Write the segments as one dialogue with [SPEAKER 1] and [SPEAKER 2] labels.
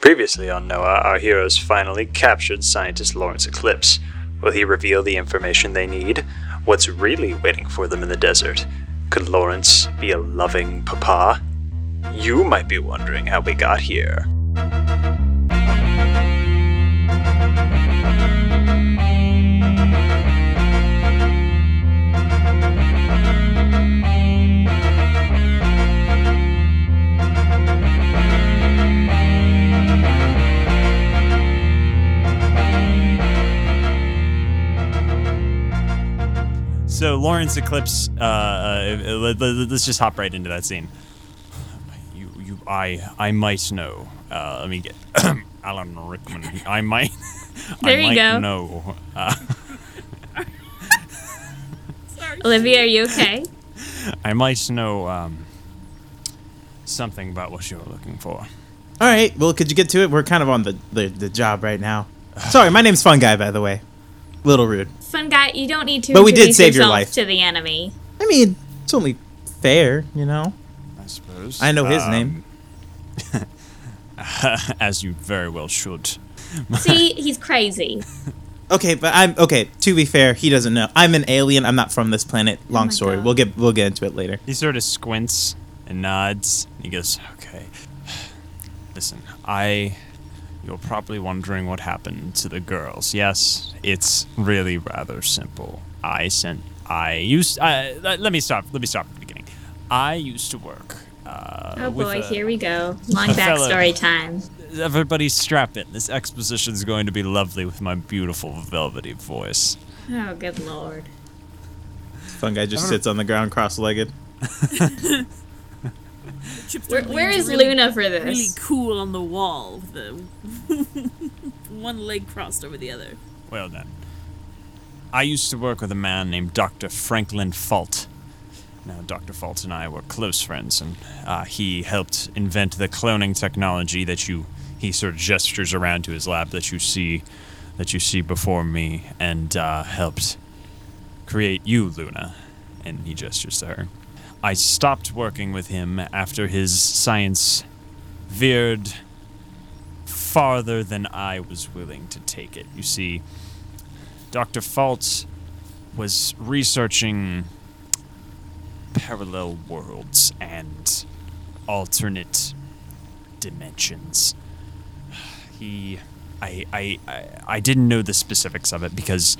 [SPEAKER 1] Previously on Noah, our heroes finally captured scientist Lawrence Eclipse. Will he reveal the information they need? What's really waiting for them in the desert? Could Lawrence be a loving papa? You might be wondering how we got here.
[SPEAKER 2] So Lawrence Eclipse, uh, uh, let, let, us just hop right into that scene. You, you, I, I might know. Uh, let me get Alan Rickman. I might.
[SPEAKER 3] There
[SPEAKER 2] I
[SPEAKER 3] you
[SPEAKER 2] might
[SPEAKER 3] go.
[SPEAKER 2] Know. Uh,
[SPEAKER 3] Olivia, are you okay?
[SPEAKER 2] I might know um, something about what you were looking for.
[SPEAKER 4] All right. Well, could you get to it? We're kind of on the, the, the job right now. Sorry, my name's Fun Guy, by the way. Little rude.
[SPEAKER 3] Fun guy, you don't need to.
[SPEAKER 4] But we did
[SPEAKER 3] introduce
[SPEAKER 4] save your
[SPEAKER 3] yourself
[SPEAKER 4] life.
[SPEAKER 3] to the enemy.
[SPEAKER 4] I mean, it's only fair, you know?
[SPEAKER 2] I suppose. Um,
[SPEAKER 4] I know his name.
[SPEAKER 2] As you very well should.
[SPEAKER 3] See, he's crazy.
[SPEAKER 4] Okay, but I'm okay. To be fair, he doesn't know. I'm an alien. I'm not from this planet. Long
[SPEAKER 3] Oh my
[SPEAKER 4] story.
[SPEAKER 3] God.
[SPEAKER 4] We'll get we'll get into it later.
[SPEAKER 2] He sort of squints and nods. And he goes, "Okay, listen. I, you're probably wondering what happened to the girls. Yes, it's really rather simple. I sent. I used. I, let let me stop. Let me stop at the beginning. I used to work. Uh,
[SPEAKER 3] Oh
[SPEAKER 2] with
[SPEAKER 3] boy,
[SPEAKER 2] a-
[SPEAKER 3] here we go. Long
[SPEAKER 2] a fellow-
[SPEAKER 3] backstory time.
[SPEAKER 2] Everybody, strap in. This exposition's going to be lovely with my beautiful velvety voice.
[SPEAKER 3] Oh, good lord.
[SPEAKER 4] Fun Guy just sits on the ground cross-legged.
[SPEAKER 5] Chipped
[SPEAKER 3] Where,
[SPEAKER 5] her
[SPEAKER 3] where
[SPEAKER 5] legs
[SPEAKER 3] is
[SPEAKER 5] really-
[SPEAKER 3] Luna for
[SPEAKER 5] Really
[SPEAKER 3] this?
[SPEAKER 5] cool on the wall, with the one leg crossed over the other.
[SPEAKER 2] Well then. I used to work with a man named Dr. Franklin Fault. Now, Dr. Fault and I were close friends, and uh, he helped invent the cloning technology that you. He sort of gestures around to his lab that you see, that you see before me, and uh, helped create you, Luna. And he gestures to her. I stopped working with him after his science veered farther than I was willing to take it. You see, Dr. Fault was researching parallel worlds and alternate dimensions. He I, I I I didn't know the specifics of it because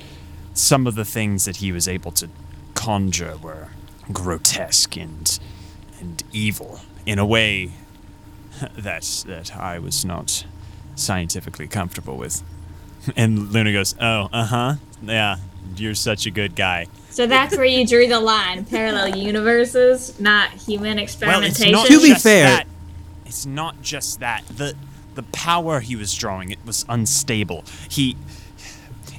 [SPEAKER 2] some of the things that he was able to conjure were grotesque and and evil in a way that that I was not scientifically comfortable with. And Luna goes, "Oh, uh huh, yeah, you're such a good guy."
[SPEAKER 3] So that's where you drew the line. Parallel universes, not human experimentation.
[SPEAKER 4] To be fair-
[SPEAKER 2] that. It's not just that. the The power he was drawing it was unstable. He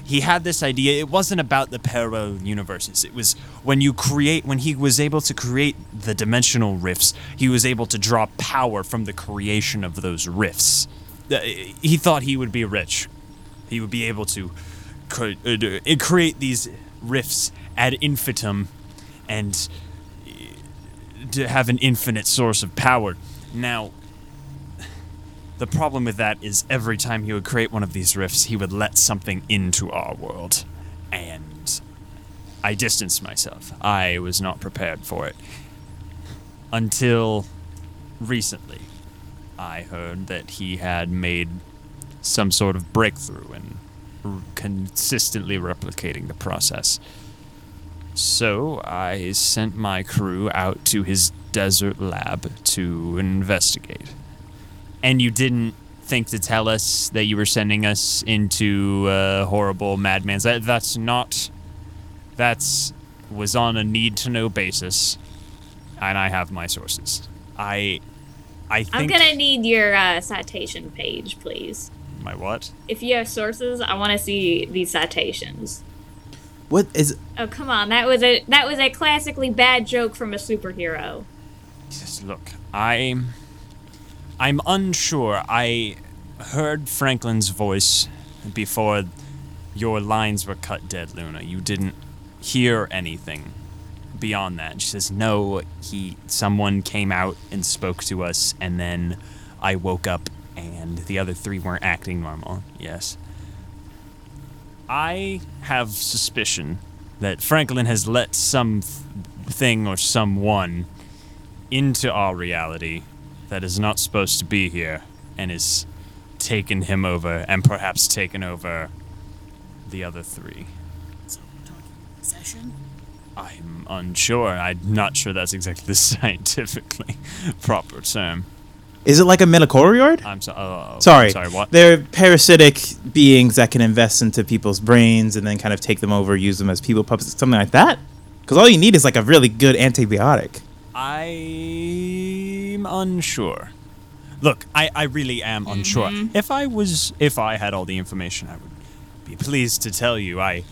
[SPEAKER 2] he had this idea. It wasn't about the parallel universes. It was when you create when he was able to create the dimensional rifts. He was able to draw power from the creation of those rifts. Uh, He thought he would be rich. He would be able to cre- uh, d- uh, create these rifts ad infinitum, and to have an infinite source of power. Now, the problem with that is every time he would create one of these rifts, he would let something into our world. And I distanced myself. I was not prepared for it. Until recently, I heard that he had made some sort of breakthrough in r- consistently replicating the process. So I sent my crew out to his desert lab to investigate. And you didn't think to tell us that you were sending us into a horrible madman's. That, that's not. That's was on a need to know basis, and I have my sources. I, I think
[SPEAKER 3] I'm gonna need your uh, citation page, please.
[SPEAKER 2] my what?
[SPEAKER 3] If you have sources, I want to see these citations.
[SPEAKER 4] What is?
[SPEAKER 3] Oh come on, that was a that was a classically bad joke from a superhero.
[SPEAKER 2] Just look, I'm I'm unsure. I heard Franklin's voice before your lines were cut dead, Luna. You didn't hear anything beyond that. She says, "No, he someone came out and spoke to us and then I woke up and the other three weren't acting normal. Yes. I have suspicion that Franklin has let some th- thing or someone into our reality that is not supposed to be here and has taken him over and perhaps taken over the other three.
[SPEAKER 5] So we're talking possession.
[SPEAKER 2] I'm unsure. I'm not sure that's exactly the scientifically proper term.
[SPEAKER 4] Is it like a metacoriord?
[SPEAKER 2] I'm so- oh,
[SPEAKER 4] Sorry.
[SPEAKER 2] Sorry, what?
[SPEAKER 4] They're parasitic beings that can invest into people's brains and then kind of take them over, use them as people puppets, something like that. Because all you need is like a really good antibiotic.
[SPEAKER 2] I'm unsure. Look, I, I really am unsure. If I was if I had all the information I would be pleased to tell you I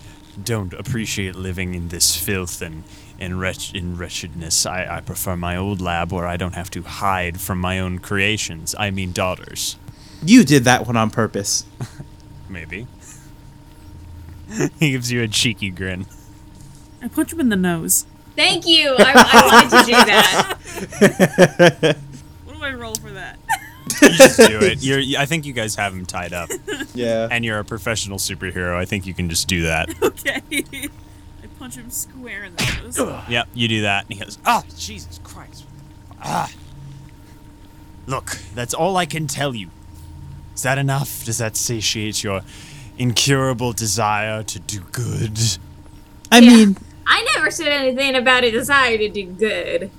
[SPEAKER 2] don't appreciate living in this filth and in wretch in wretchedness. I, I prefer my old lab where I don't have to hide from my own creations. I mean daughters.
[SPEAKER 4] You did that one on purpose.
[SPEAKER 2] Maybe. he gives you a cheeky grin.
[SPEAKER 5] I punch him in the nose.
[SPEAKER 3] Thank you. I, I wanted to do that.
[SPEAKER 5] What do I roll for that?
[SPEAKER 2] You just do it. You're, I think you guys have him tied up,
[SPEAKER 4] Yeah.
[SPEAKER 2] and you're a professional superhero. I think you can just do that.
[SPEAKER 5] okay. I punch him square in the nose.
[SPEAKER 2] Yep, you do that. And he goes, Ah, Jesus Christ. Ah. Look, that's all I can tell you. Is that enough? Does that satiate your incurable desire to do good?
[SPEAKER 4] I
[SPEAKER 3] Yeah.
[SPEAKER 4] mean,
[SPEAKER 3] I never said anything about a desire to do good.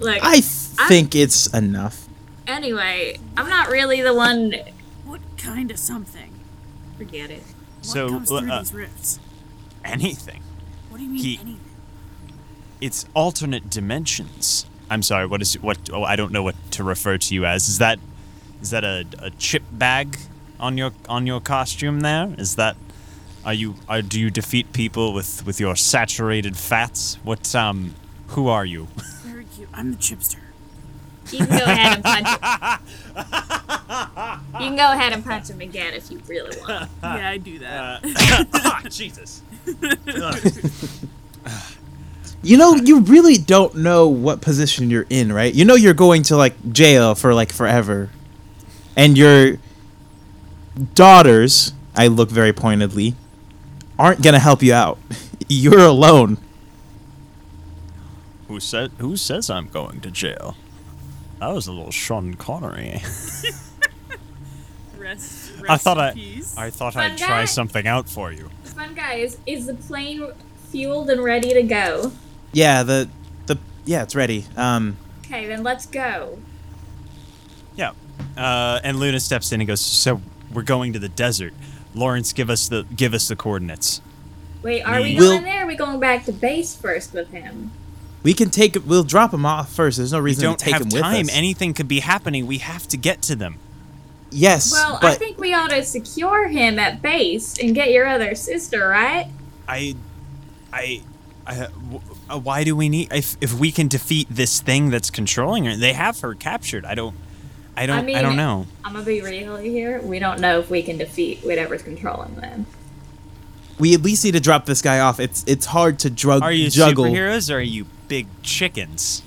[SPEAKER 3] Like,
[SPEAKER 4] I think it's enough.
[SPEAKER 3] anyway, I'm not really the one.
[SPEAKER 5] What kind of something?
[SPEAKER 3] Forget it.
[SPEAKER 5] What
[SPEAKER 2] So,
[SPEAKER 5] comes
[SPEAKER 2] uh,
[SPEAKER 5] through
[SPEAKER 2] uh,
[SPEAKER 5] these rifts?
[SPEAKER 2] Anything.
[SPEAKER 5] What do you mean
[SPEAKER 2] he-
[SPEAKER 5] anything?
[SPEAKER 2] It's alternate dimensions. I'm sorry, what is what oh, I don't know what to refer to you as. Is that is that a, a chip bag on your on your costume there? Is that are you are do you defeat people with with your saturated fats? What um who are you?
[SPEAKER 5] Very cute. I'm the chipster.
[SPEAKER 3] You can go ahead and punch him. You can go ahead and punch him again if you really want.
[SPEAKER 5] yeah, I do that.
[SPEAKER 2] ah, Jesus.
[SPEAKER 4] You know, you really don't know what position you're in, right? You know, you're going to like jail for like forever. And your daughters, I look very pointedly, aren't going to help you out. You're alone.
[SPEAKER 2] Who says who says I'm going to jail? That was a little Sean Connery.
[SPEAKER 5] Rest, rest
[SPEAKER 2] I thought
[SPEAKER 5] in
[SPEAKER 2] I
[SPEAKER 5] peace. Uh,
[SPEAKER 2] I thought
[SPEAKER 3] Fun
[SPEAKER 2] I'd try
[SPEAKER 3] guy.
[SPEAKER 2] something out for you.
[SPEAKER 3] The fun guy is is the plane fueled and ready to go?
[SPEAKER 4] Yeah, the the yeah, it's ready. Um
[SPEAKER 3] Okay, then let's go.
[SPEAKER 2] Yeah. Uh, and Luna steps in and goes, "So we're going to the desert. Lawrence, give us the give us the coordinates."
[SPEAKER 3] Wait, are we
[SPEAKER 4] Will-
[SPEAKER 3] going there? Or are we going back to base first with him?
[SPEAKER 4] we can take we'll drop him off first. There's no
[SPEAKER 2] We
[SPEAKER 4] reason
[SPEAKER 2] don't
[SPEAKER 4] to take
[SPEAKER 2] have
[SPEAKER 4] him with
[SPEAKER 2] time.
[SPEAKER 4] us.
[SPEAKER 2] Anything could be happening. We have to get to them.
[SPEAKER 4] yes,
[SPEAKER 3] Well, I
[SPEAKER 4] but
[SPEAKER 3] think we ought to secure him at base and get your other sister, right?
[SPEAKER 2] I, I, I w- uh, why do we need if if we can defeat this thing that's controlling her? They have her captured. I don't. I don't. I,
[SPEAKER 3] mean-
[SPEAKER 2] don't know.
[SPEAKER 3] I'm gonna be real here. We don't know if we can defeat whatever's controlling them.
[SPEAKER 4] we at least need to drop this guy off. It's it's hard to drug
[SPEAKER 2] Are you
[SPEAKER 4] juggle.
[SPEAKER 2] superheroes or are you big chickens?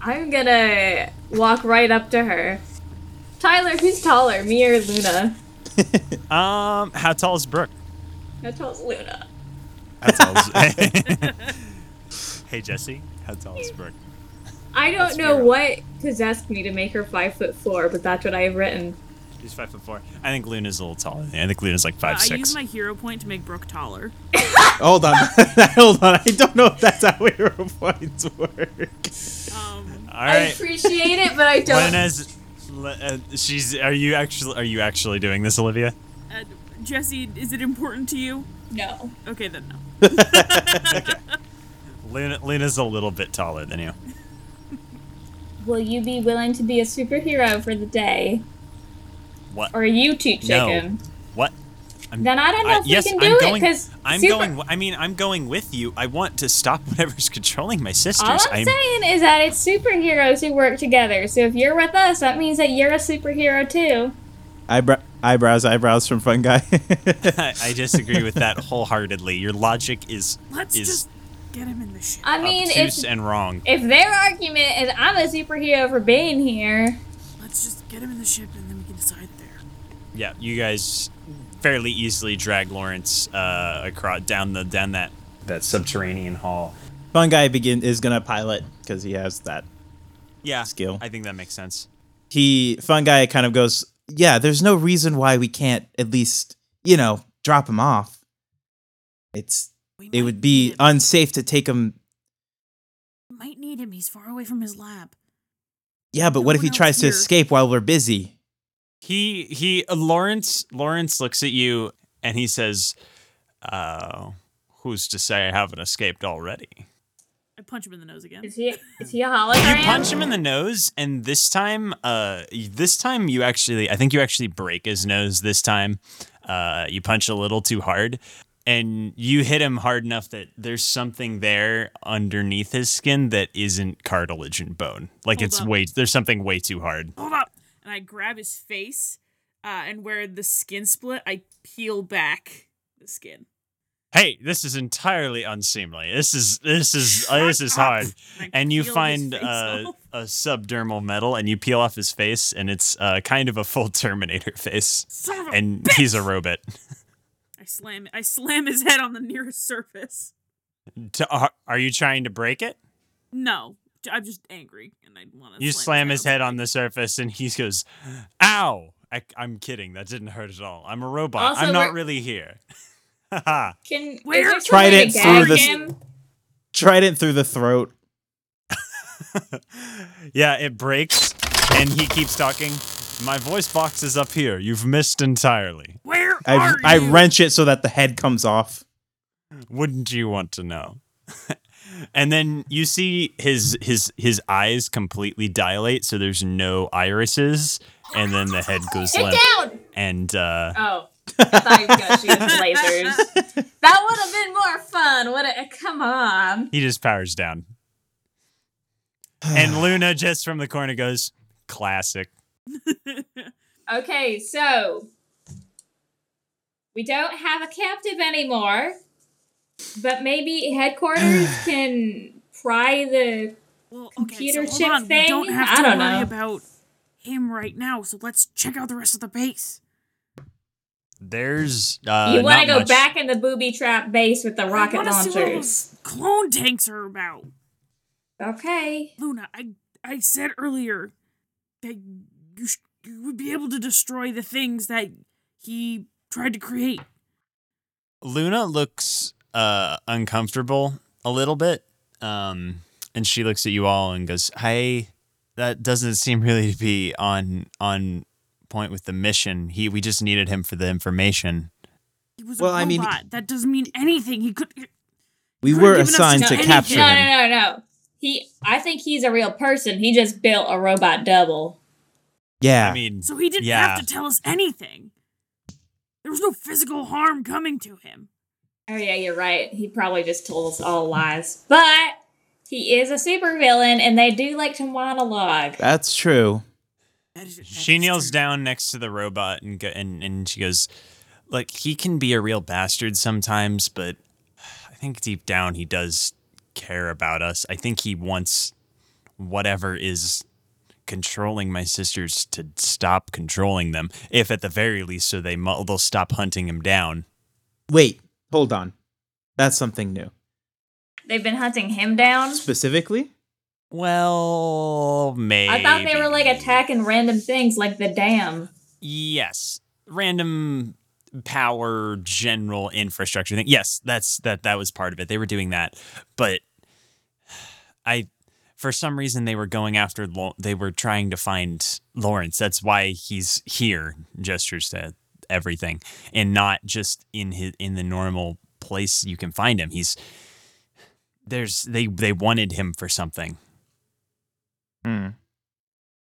[SPEAKER 3] I'm gonna walk right up to her. Tyler, who's taller, me or Luna?
[SPEAKER 2] Um, how tall is Brooke?
[SPEAKER 3] How tall's Luna?
[SPEAKER 2] How tall is? hey Jesse, how tall is Brooke?
[SPEAKER 3] I don't
[SPEAKER 2] That's
[SPEAKER 3] know
[SPEAKER 2] fair.
[SPEAKER 3] what possessed me to make her five foot four, but that's what I have written.
[SPEAKER 2] She's five foot four. I think Luna's a little taller. than- I think Luna's like five
[SPEAKER 3] Ah,
[SPEAKER 5] I
[SPEAKER 2] six.
[SPEAKER 5] use my hero point to make Brooke taller.
[SPEAKER 4] Hold on. Hold on. I don't know if that's how hero points work.
[SPEAKER 5] Um,
[SPEAKER 2] All
[SPEAKER 3] I
[SPEAKER 2] right,
[SPEAKER 3] appreciate it, but I don't.
[SPEAKER 2] Luna's. Lu- Uh, she's. Are you actually? Are you actually doing this, Olivia?
[SPEAKER 5] uh, Jesse, is it important to you?
[SPEAKER 3] No.
[SPEAKER 5] Okay, then no.
[SPEAKER 2] Luna, Luna's a little bit taller than you.
[SPEAKER 3] Will you be willing to be a superhero for the day,
[SPEAKER 2] What?
[SPEAKER 3] or are you too
[SPEAKER 2] No.
[SPEAKER 3] chicken?
[SPEAKER 2] What? I'm,
[SPEAKER 3] Then I don't know
[SPEAKER 2] I-
[SPEAKER 3] if
[SPEAKER 2] yes,
[SPEAKER 3] we can
[SPEAKER 2] I'm
[SPEAKER 3] do
[SPEAKER 2] going.
[SPEAKER 3] it because
[SPEAKER 2] I'm going. I mean, I'm going with you. I want to stop whatever's controlling my sisters.
[SPEAKER 3] All I'm, saying is that it's superheroes who work together. So if you're with us, that means that you're a superhero too.
[SPEAKER 4] Eyebrow, eyebrows, eyebrows from Fun Guy.
[SPEAKER 2] I, I disagree with that wholeheartedly. Your logic is
[SPEAKER 5] Let's
[SPEAKER 2] is
[SPEAKER 5] just get him in the ship.
[SPEAKER 3] I mean, if
[SPEAKER 2] obtuse and wrong.
[SPEAKER 3] if their argument is I'm a superhero for being here,
[SPEAKER 5] Let's Let's just get him in the ship and then we can decide there.
[SPEAKER 2] Yeah, you guys fairly easily drag Lawrence uh, across down the down that that subterranean hall.
[SPEAKER 4] Fun guy begin is gonna pilot because he has that.
[SPEAKER 2] Yeah,
[SPEAKER 4] Skill.
[SPEAKER 2] I think that makes sense.
[SPEAKER 4] He fun guy kind of goes, yeah. There's no reason why we can't at least you know drop him off. It's
[SPEAKER 5] We
[SPEAKER 4] it
[SPEAKER 5] might
[SPEAKER 4] would be
[SPEAKER 5] need him.
[SPEAKER 4] unsafe to take him.
[SPEAKER 5] We might need him. He's far away from his lab.
[SPEAKER 4] Yeah, but
[SPEAKER 5] No
[SPEAKER 4] what if
[SPEAKER 5] one
[SPEAKER 4] he
[SPEAKER 5] else
[SPEAKER 4] tries to
[SPEAKER 5] here.
[SPEAKER 4] escape while we're busy?
[SPEAKER 2] He he uh, Lawrence Lawrence looks at you and he says, uh, "Who's to say I haven't escaped already?"
[SPEAKER 5] I punch him in the nose again.
[SPEAKER 3] Is he is he a
[SPEAKER 2] You
[SPEAKER 3] hologram?
[SPEAKER 2] punch him in the nose, and this time, uh, this time you actually, I think you actually break his nose. This time, uh, you punch a little too hard, and you hit him hard enough that there's something there underneath his skin that isn't cartilage and bone. Like
[SPEAKER 5] Hold
[SPEAKER 2] it's
[SPEAKER 5] up.
[SPEAKER 2] way, there's something way too hard.
[SPEAKER 5] Hold up! And I grab his face, uh, and where the skin split, I peel back the skin.
[SPEAKER 2] Hey, this is entirely unseemly. This is this is uh, this is
[SPEAKER 5] Shut up.
[SPEAKER 2] hard.
[SPEAKER 5] I
[SPEAKER 2] and you
[SPEAKER 5] peel his
[SPEAKER 2] find
[SPEAKER 5] face
[SPEAKER 2] uh,
[SPEAKER 5] off.
[SPEAKER 2] a subdermal metal and you peel off his face and it's uh, kind of a full terminator face
[SPEAKER 5] Son of a
[SPEAKER 2] and
[SPEAKER 5] bitch!
[SPEAKER 2] he's a robot
[SPEAKER 5] I slam. I slam his head on the nearest surface.
[SPEAKER 2] T- are, uh, are you trying to break it
[SPEAKER 5] No, j- I'm just angry, and I want to.
[SPEAKER 2] you slam his head on the surface and he goes ow I, i'm kidding that didn't hurt at all i'm a robot
[SPEAKER 3] Also,
[SPEAKER 2] i'm not
[SPEAKER 3] we're-
[SPEAKER 2] really here Haha.
[SPEAKER 3] Can is
[SPEAKER 5] Where-
[SPEAKER 3] there some
[SPEAKER 4] Tried
[SPEAKER 3] way
[SPEAKER 4] it
[SPEAKER 3] to
[SPEAKER 4] through
[SPEAKER 3] gag
[SPEAKER 4] this-
[SPEAKER 3] him?
[SPEAKER 4] Trident through the throat.
[SPEAKER 2] yeah it breaks and he keeps talking my voice box is up here you've missed entirely
[SPEAKER 5] Where
[SPEAKER 4] I,
[SPEAKER 5] are
[SPEAKER 4] I
[SPEAKER 5] you?
[SPEAKER 4] wrench it so that the head comes off.
[SPEAKER 2] wouldn't you want to know and then you see his his his eyes completely dilate so there's no irises and then the head goes
[SPEAKER 3] Get
[SPEAKER 2] limp
[SPEAKER 3] down!
[SPEAKER 2] and uh
[SPEAKER 3] Oh. I thought you were gonna shoot lasers. That would have been more fun. Would it? Come on.
[SPEAKER 2] he just powers down and luna just from the corner goes classic
[SPEAKER 3] Okay, so we don't have a captive anymore, but maybe headquarters can pry the.
[SPEAKER 5] well,
[SPEAKER 3] computer
[SPEAKER 5] okay, so
[SPEAKER 3] chip
[SPEAKER 5] hold on.
[SPEAKER 3] thing?
[SPEAKER 5] We don't have
[SPEAKER 3] I
[SPEAKER 5] to
[SPEAKER 3] don't
[SPEAKER 5] worry
[SPEAKER 3] know.
[SPEAKER 5] about him right now. So let's check out the rest of the base.
[SPEAKER 2] there's uh
[SPEAKER 3] you want
[SPEAKER 2] not
[SPEAKER 3] to go
[SPEAKER 2] much-
[SPEAKER 3] back in the booby trap base with the
[SPEAKER 5] I
[SPEAKER 3] rocket
[SPEAKER 5] wanna See what
[SPEAKER 3] launchers.
[SPEAKER 5] those clone tanks are about.
[SPEAKER 3] Okay.
[SPEAKER 5] Luna, I I said earlier that you, sh- you would be able to destroy the things that he tried to create.
[SPEAKER 2] luna looks uh uncomfortable a little bit um and she looks at you all and goes hey that doesn't seem really to be on on point with the mission he we just needed him for the information
[SPEAKER 5] He was
[SPEAKER 4] Well,
[SPEAKER 5] a robot.
[SPEAKER 4] I mean-
[SPEAKER 5] that doesn't mean anything. He could.
[SPEAKER 4] We
[SPEAKER 5] Could've
[SPEAKER 4] were
[SPEAKER 5] given us
[SPEAKER 4] assigned to
[SPEAKER 5] anything.
[SPEAKER 4] capture
[SPEAKER 3] No,
[SPEAKER 4] him.
[SPEAKER 3] no, no, no. He. I think he's a real person. He just built a robot double.
[SPEAKER 4] Yeah.
[SPEAKER 2] i mean
[SPEAKER 5] So he didn't
[SPEAKER 2] yeah
[SPEAKER 5] have to tell us anything. There was no physical harm coming to him.
[SPEAKER 3] Oh yeah, you're right. He probably just told us all lies. But he is a supervillain, and they do like to monologue.
[SPEAKER 4] That's true.
[SPEAKER 5] That is- that
[SPEAKER 2] she
[SPEAKER 5] is
[SPEAKER 2] kneels
[SPEAKER 5] true.
[SPEAKER 2] down next to the robot and go, and and she goes like he can be a real bastard sometimes but i think deep down he does care about us i think he wants whatever is controlling my sisters to stop controlling them if at the very least so they mu- they'll stop hunting him down
[SPEAKER 4] Wait, hold on. That's something new.
[SPEAKER 3] They've been hunting him down.
[SPEAKER 4] Specifically?
[SPEAKER 2] well maybe
[SPEAKER 3] I thought they were like attacking random things, like the dam.
[SPEAKER 2] Yes. Random power general infrastructure thing. Yes, that's that that was part of it. They were doing that. But I for some reason they were going after Lo- they were trying to find Lawrence. That's why he's here. Gestures to everything and not just in his in the normal place you can find him. He's there's they they wanted him for something. Hmm.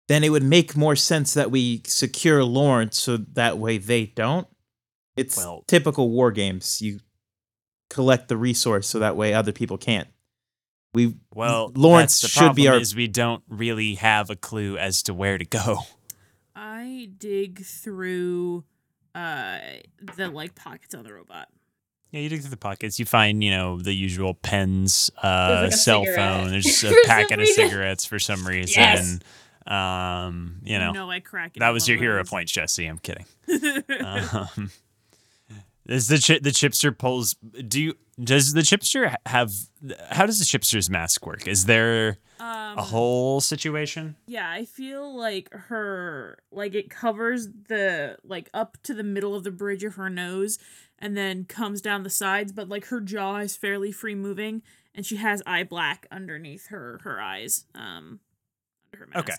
[SPEAKER 4] Then it would make more sense that we secure Lawrence so that way they don't. It's
[SPEAKER 2] Well-
[SPEAKER 4] typical war games. You collect the resource so that way other people can't. We
[SPEAKER 2] Well,
[SPEAKER 4] Lawrence
[SPEAKER 2] that's the
[SPEAKER 4] should be
[SPEAKER 2] problem
[SPEAKER 4] our-
[SPEAKER 2] Is we don't really have a clue as to where to go.
[SPEAKER 5] I dig through uh the like pockets on the robot.
[SPEAKER 2] Yeah, you dig through the pockets. You find, you know, the usual pens, uh,
[SPEAKER 3] There's like a
[SPEAKER 2] cell
[SPEAKER 3] cigarette.
[SPEAKER 2] phone. There's
[SPEAKER 3] For
[SPEAKER 2] a
[SPEAKER 3] some
[SPEAKER 2] packet of
[SPEAKER 3] reason.
[SPEAKER 2] cigarettes for some reason.
[SPEAKER 3] Yes.
[SPEAKER 2] Um, you know,
[SPEAKER 5] no, I crack it.
[SPEAKER 2] that
[SPEAKER 5] in
[SPEAKER 2] was
[SPEAKER 5] one
[SPEAKER 2] your
[SPEAKER 5] of
[SPEAKER 2] hero
[SPEAKER 5] those.
[SPEAKER 2] point, Jesse. I'm kidding. um, is the chi- the chipster pulls? Do you, does the chipster have? How does the chipster's mask work? Is there
[SPEAKER 5] Um,
[SPEAKER 2] a whole situation?
[SPEAKER 5] Yeah, I feel like her like it covers the like up to the middle of the bridge of her nose and then comes down the sides, but like her jaw is fairly free moving and she has eye black underneath her her eyes. Um under her mask.
[SPEAKER 2] Okay.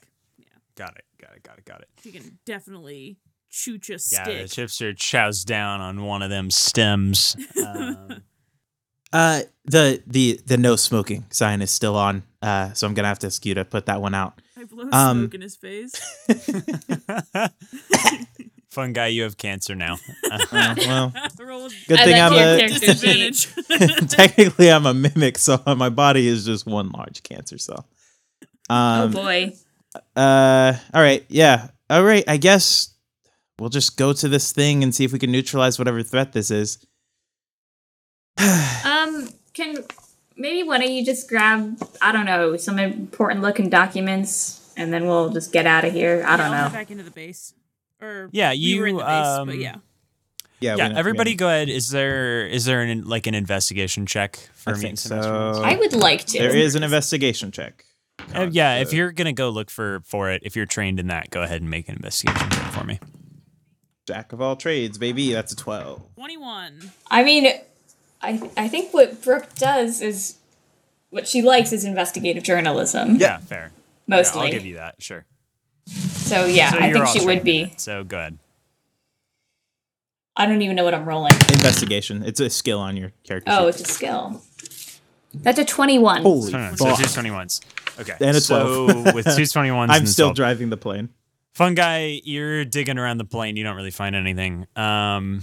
[SPEAKER 2] Got it. Got it. Got it. Got it.
[SPEAKER 5] She can definitely chooch a
[SPEAKER 2] Yeah, the
[SPEAKER 5] stick.
[SPEAKER 2] chipster chows down on one of them stems. Um,
[SPEAKER 4] Uh, the the the no smoking sign is still on. Uh, so I'm gonna have to ask you to put that one out.
[SPEAKER 5] I blow
[SPEAKER 4] Um,
[SPEAKER 5] smoke in his face.
[SPEAKER 2] fun guy, you have cancer now.
[SPEAKER 4] Uh, well,
[SPEAKER 5] Roll with
[SPEAKER 4] good
[SPEAKER 3] I
[SPEAKER 4] thing
[SPEAKER 3] like
[SPEAKER 4] I'm
[SPEAKER 3] your
[SPEAKER 4] a
[SPEAKER 3] character sheet.
[SPEAKER 5] disadvantage.
[SPEAKER 4] technically I'm a mimic, so my body is just one large cancer cell.
[SPEAKER 3] oh
[SPEAKER 4] Um,
[SPEAKER 3] boy.
[SPEAKER 4] uh, all right, yeah, all right. I guess we'll just go to this thing and see if we can neutralize whatever threat this is.
[SPEAKER 3] Um, can maybe one of you just grab I don't know some important looking documents and then we'll just get out of here. I don't
[SPEAKER 5] I'll head
[SPEAKER 3] know.
[SPEAKER 5] back into the base. Or
[SPEAKER 2] Yeah,
[SPEAKER 5] we were in
[SPEAKER 2] you,
[SPEAKER 5] the base, but
[SPEAKER 2] um,
[SPEAKER 5] yeah.
[SPEAKER 4] Yeah, we
[SPEAKER 2] yeah,
[SPEAKER 4] don't- we
[SPEAKER 2] everybody,
[SPEAKER 4] don't-
[SPEAKER 2] go ahead. Is there is there an like an investigation check for
[SPEAKER 4] I
[SPEAKER 2] me?
[SPEAKER 4] think
[SPEAKER 2] to mess around?
[SPEAKER 4] so.
[SPEAKER 3] I would like to.
[SPEAKER 4] There is an investigation check.
[SPEAKER 2] Uh, yeah, if you're gonna go look for for it, if you're trained in that, go ahead and make an investigation check for me.
[SPEAKER 4] Jack of all trades, baby. That's a twelve.
[SPEAKER 5] Twenty one.
[SPEAKER 3] I mean, I I think what Brooke does is what she likes is investigative journalism.
[SPEAKER 2] Yeah, fair. Yeah,
[SPEAKER 3] mostly.
[SPEAKER 2] I'll give you that. Sure.
[SPEAKER 3] So yeah,
[SPEAKER 2] So
[SPEAKER 3] I
[SPEAKER 2] you're
[SPEAKER 3] think
[SPEAKER 2] all
[SPEAKER 3] she
[SPEAKER 2] trained
[SPEAKER 3] would
[SPEAKER 2] in
[SPEAKER 3] be.
[SPEAKER 2] it, so go ahead.
[SPEAKER 3] I don't even know what I'm rolling.
[SPEAKER 4] Investigation. It's a skill on your character.
[SPEAKER 3] Oh,
[SPEAKER 4] sheet.
[SPEAKER 3] it's a skill. That's a 21.
[SPEAKER 4] Holy
[SPEAKER 2] No, no,
[SPEAKER 4] fuck.
[SPEAKER 2] So two twenty ones. Okay.
[SPEAKER 4] Hmm. And a
[SPEAKER 2] So with two twenty ones,
[SPEAKER 4] I'm still driving the plane.
[SPEAKER 2] Fun guy, you're digging around the plane. You don't really find anything. Um,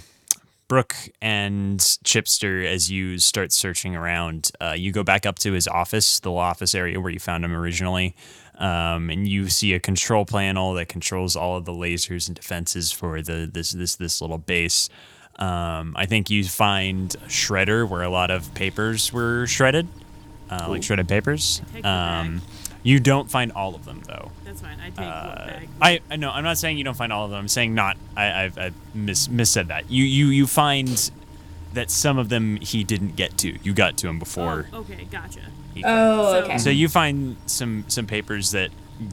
[SPEAKER 2] Brooke and Chipster, as you start searching around, uh, you go back up to his office, the law office area where you found him originally, um, and you see a control panel that controls all of the lasers and defenses for the this this this little base. Um, I think you find a shredder where a lot of papers were shredded, uh, like shredded papers.
[SPEAKER 5] Take the bag.
[SPEAKER 2] Um, you don't find all of them though.
[SPEAKER 5] That's fine. I take what bag.
[SPEAKER 2] I I know I'm not saying you don't find all of them. I'm saying not. I I've, I mis missaid that. You you you find that some of them he didn't get to. You got to him before.
[SPEAKER 5] Oh, okay, gotcha.
[SPEAKER 2] He
[SPEAKER 3] Oh,
[SPEAKER 5] So-
[SPEAKER 3] okay.
[SPEAKER 2] So you find some some papers that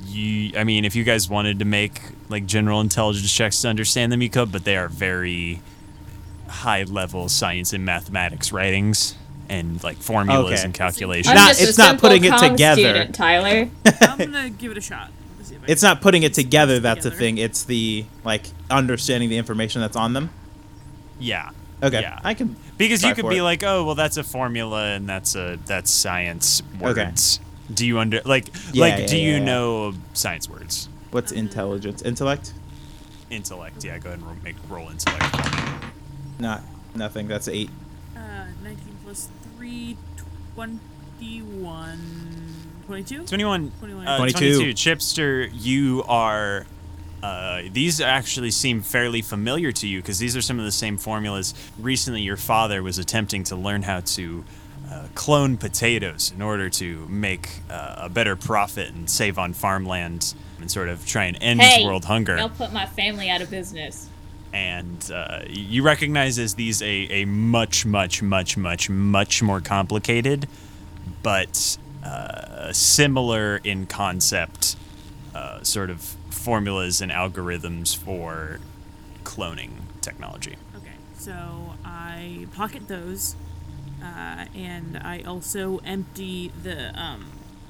[SPEAKER 2] you. I mean, if you guys wanted to make like general intelligence checks to understand them, you could. But they are very high level science and mathematics writings and like formulas
[SPEAKER 4] Okay.
[SPEAKER 2] and
[SPEAKER 3] I'm
[SPEAKER 2] calculations.
[SPEAKER 4] Not-
[SPEAKER 3] just a
[SPEAKER 4] it's not
[SPEAKER 3] simple
[SPEAKER 4] putting it
[SPEAKER 3] comm
[SPEAKER 4] together.
[SPEAKER 3] Student, Tyler.
[SPEAKER 5] I'm gonna give it a shot. Let's see if I
[SPEAKER 4] It's
[SPEAKER 5] can-
[SPEAKER 4] not putting it together that's the
[SPEAKER 5] Together.
[SPEAKER 4] thing. It's the like understanding the information that's on them.
[SPEAKER 2] yeah.
[SPEAKER 4] Okay.
[SPEAKER 2] Yeah.
[SPEAKER 4] I can
[SPEAKER 2] Because
[SPEAKER 4] try
[SPEAKER 2] you could
[SPEAKER 4] for
[SPEAKER 2] be
[SPEAKER 4] it.
[SPEAKER 2] like, oh, well, that's a formula and that's a that's science
[SPEAKER 4] Okay.
[SPEAKER 2] words. Do you under like
[SPEAKER 4] Yeah,
[SPEAKER 2] like
[SPEAKER 4] yeah,
[SPEAKER 2] do
[SPEAKER 4] yeah,
[SPEAKER 2] you
[SPEAKER 4] yeah.
[SPEAKER 2] know science words?
[SPEAKER 4] what's intelligence? Intellect?
[SPEAKER 2] Intellect. Yeah, go ahead and ro- make roll intellect.
[SPEAKER 4] Not nothing. That's eight.
[SPEAKER 5] Uh, 19 plus 3, 21, 22?
[SPEAKER 2] 21,
[SPEAKER 5] Twenty-one.
[SPEAKER 2] uh,
[SPEAKER 4] 22.
[SPEAKER 2] 22. Chipster, you are. Uh, these actually seem fairly familiar to you because these are some of the same formulas. Recently, your father was attempting to learn how to uh, clone potatoes in order to make uh, a better profit and save on farmland and sort of try and end
[SPEAKER 3] Hey,
[SPEAKER 2] world hunger
[SPEAKER 3] I'll put my family out of business.
[SPEAKER 2] and uh, you recognize as these a, a much much much much much more complicated but uh, similar in concept uh, sort of formulas and algorithms for cloning technology
[SPEAKER 5] Okay, so I pocket those, uh, and I also empty the, um,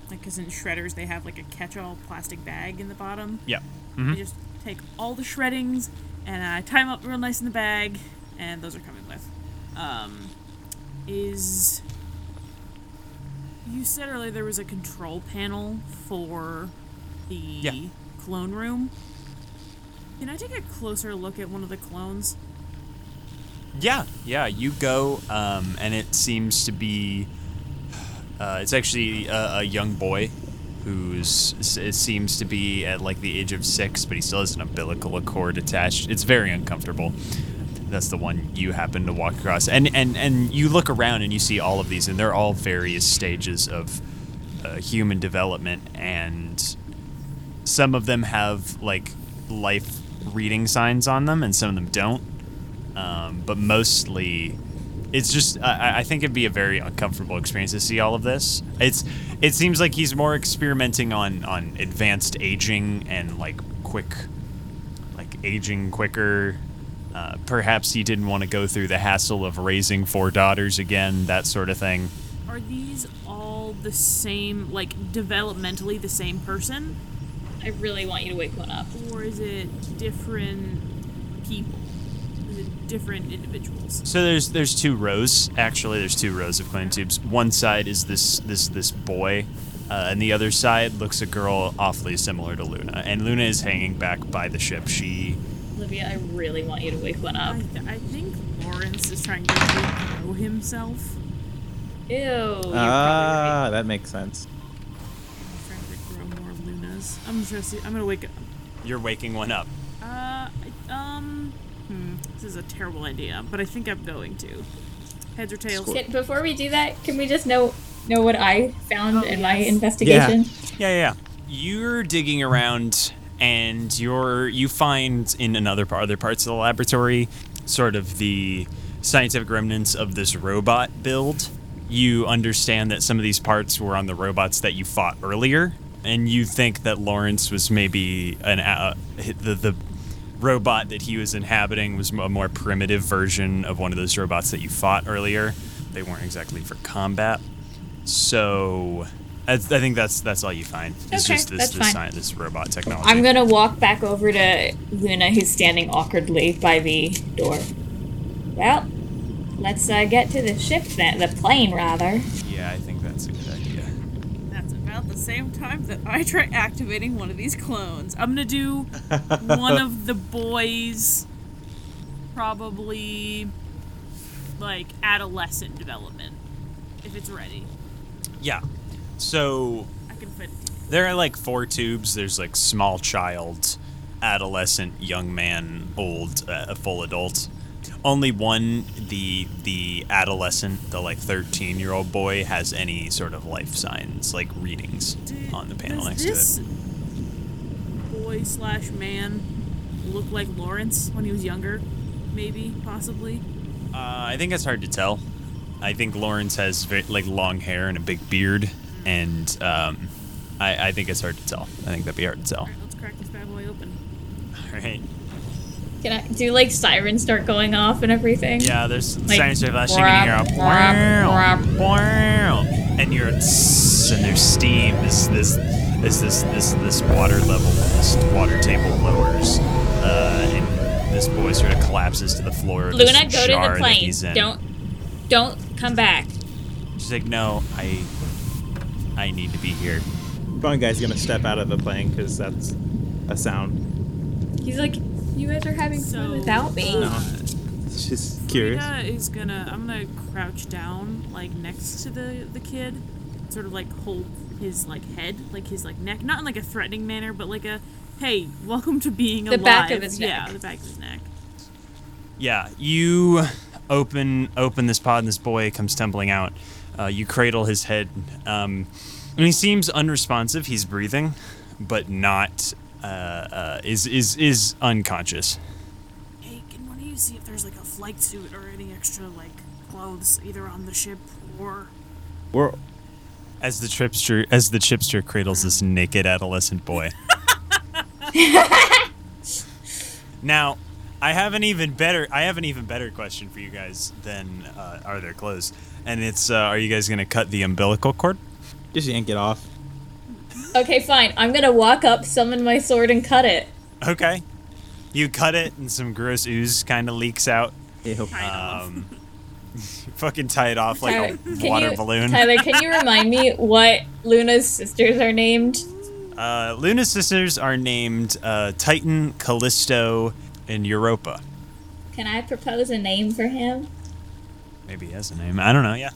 [SPEAKER 5] like, because in shredders they have, like, a catch all plastic bag in the bottom.
[SPEAKER 2] yeah
[SPEAKER 5] I just take all the shreddings and I tie them up real nice in the bag, and those are coming with. Um, is you said earlier there was a control panel for the
[SPEAKER 2] Yeah.
[SPEAKER 5] clone room? Can I take a closer look at one of the clones?
[SPEAKER 2] Yeah, yeah. You go, um, and it seems to be. Uh, it's actually a, a young boy who's it seems to be at like the age of six, but he still has an umbilical cord attached. It's very uncomfortable. That's the one you happen to walk across, and and and you look around and you see all of these, and they're all various stages of uh, human development and some of them have like life reading signs on them, and some of them don't. Um, but mostly, it's just I, I- I think it'd be a very uncomfortable experience to see all of this. It's it seems like he's more experimenting on on advanced aging and like quick, like aging quicker. Uh, perhaps he didn't want to go through the hassle of raising four daughters again, that sort of thing.
[SPEAKER 5] Are these all the same, like developmentally the same person,
[SPEAKER 6] I really want you to wake one up.
[SPEAKER 5] or is it different people? Is it different individuals?
[SPEAKER 2] So there's there's two rows actually. There's two rows of clan tubes. One side is this this this boy, uh, and the other side looks a girl awfully similar to Luna. And Luna is hanging back by the ship. She
[SPEAKER 6] Olivia, I really want you to wake one up.
[SPEAKER 5] I, th- I think Lawrence is trying to grow himself.
[SPEAKER 6] Ew. you're probably right.
[SPEAKER 4] Ah, that makes sense.
[SPEAKER 5] I'm trying to grow more Lunas. I'm just gonna see. I'm gonna wake up.
[SPEAKER 2] you're waking one up.
[SPEAKER 5] Uh, I- um, hmm, this is a terrible idea, but I think I'm going to. Heads or tails?
[SPEAKER 3] Can- Before we do that, can we just know know what I found in my
[SPEAKER 5] yes.
[SPEAKER 3] investigation?
[SPEAKER 2] Yeah, yeah. yeah. You're digging around, and you're you find in another part, other parts of the laboratory, sort of the scientific remnants of this robot build. You understand that some of these parts were on the robots that you fought earlier, and you think that Lawrence was maybe an uh, the the robot that he was inhabiting was a more primitive version of one of those robots that you fought earlier. They weren't exactly for combat. So, I, I think that's that's all you find. It's
[SPEAKER 3] Okay,
[SPEAKER 2] just this
[SPEAKER 3] that's
[SPEAKER 2] this,
[SPEAKER 3] fine.
[SPEAKER 2] science, this robot technology.
[SPEAKER 6] I'm gonna walk back over to Luna, who's standing awkwardly by the door.
[SPEAKER 3] Well, let's uh, get to the ship then, the plane rather.
[SPEAKER 2] Yeah, I think that's a good idea.
[SPEAKER 5] That's about the same time that I try activating one of these clones. I'm gonna do one of the boys, probably like adolescent development, if it's ready.
[SPEAKER 2] Yeah. So
[SPEAKER 5] I can fit.
[SPEAKER 2] there are like four tubes. There's like small child, adolescent, young man, old, uh, a full adult. Only one, the the adolescent, the like 13 year old boy, has any sort of life signs, like readings on the panel
[SPEAKER 5] Does
[SPEAKER 2] next
[SPEAKER 5] this
[SPEAKER 2] to it.
[SPEAKER 5] boy slash man look like Lawrence when he was younger? Maybe, possibly.
[SPEAKER 2] Uh, I think it's hard to tell. I think Lawrence has very, like long hair and a big beard, and um, I, I think it's hard to tell. I think that'd be hard to tell.
[SPEAKER 5] All right, let's crack this bad boy open.
[SPEAKER 2] All right.
[SPEAKER 3] Can I do like sirens start going off and everything?
[SPEAKER 2] Yeah, there's
[SPEAKER 3] Like,
[SPEAKER 2] sirens are flashing and
[SPEAKER 3] whap,
[SPEAKER 2] you're
[SPEAKER 3] whap,
[SPEAKER 2] wow, wow, and you're tss, and there's steam. This this this this this this water level, this water table lowers, uh, and this boy sort of collapses to the floor. of this
[SPEAKER 3] Luna, go to
[SPEAKER 2] jar
[SPEAKER 3] the
[SPEAKER 2] that
[SPEAKER 3] plane.
[SPEAKER 2] he's in.
[SPEAKER 3] Don't don't come back.
[SPEAKER 2] She's like, no, I I need to be here.
[SPEAKER 4] Bone guy's gonna step out of the plane because that's a sound.
[SPEAKER 3] He's like, you guys are having
[SPEAKER 5] So,
[SPEAKER 3] fun without me.
[SPEAKER 5] uh,
[SPEAKER 4] She's curious.
[SPEAKER 5] Rita is gonna. I'm gonna crouch down, like next to the the kid, sort of like hold his like head, like his like neck, not in like a threatening manner, but like a, hey, welcome to being
[SPEAKER 3] The
[SPEAKER 5] alive.
[SPEAKER 3] back of his
[SPEAKER 5] yeah,
[SPEAKER 3] neck.
[SPEAKER 5] the back of his neck.
[SPEAKER 2] Yeah, you open open this pod, and this boy comes tumbling out. Uh, you cradle his head, um, and he seems unresponsive. He's breathing, but not uh, uh, is is is unconscious.
[SPEAKER 5] Hey, can one of you see if there's like a flight suit or any extra like clothes either on the ship or?
[SPEAKER 4] We're
[SPEAKER 2] As the tripster as the chipster cradles this naked adolescent boy. now, I have an even better I have an even better question for you guys than uh, are there clothes, and it's uh, are you guys gonna cut the umbilical cord?
[SPEAKER 4] just yank it off.
[SPEAKER 3] Okay, fine. I'm gonna walk up, summon my sword, and cut it.
[SPEAKER 2] Okay. You cut it, and some gross ooze kind of leaks out.
[SPEAKER 4] Ew.
[SPEAKER 2] Um, fucking tie it off like
[SPEAKER 3] Tyler,
[SPEAKER 2] a
[SPEAKER 3] can
[SPEAKER 2] water
[SPEAKER 3] you-
[SPEAKER 2] balloon.
[SPEAKER 3] Tyler, can you remind me what Luna's sisters are named?
[SPEAKER 2] Uh, Luna's sisters are named uh, Titan, Callisto, and Europa.
[SPEAKER 3] Can I propose a name for him?
[SPEAKER 2] Maybe he has a name. I don't know. Yeah.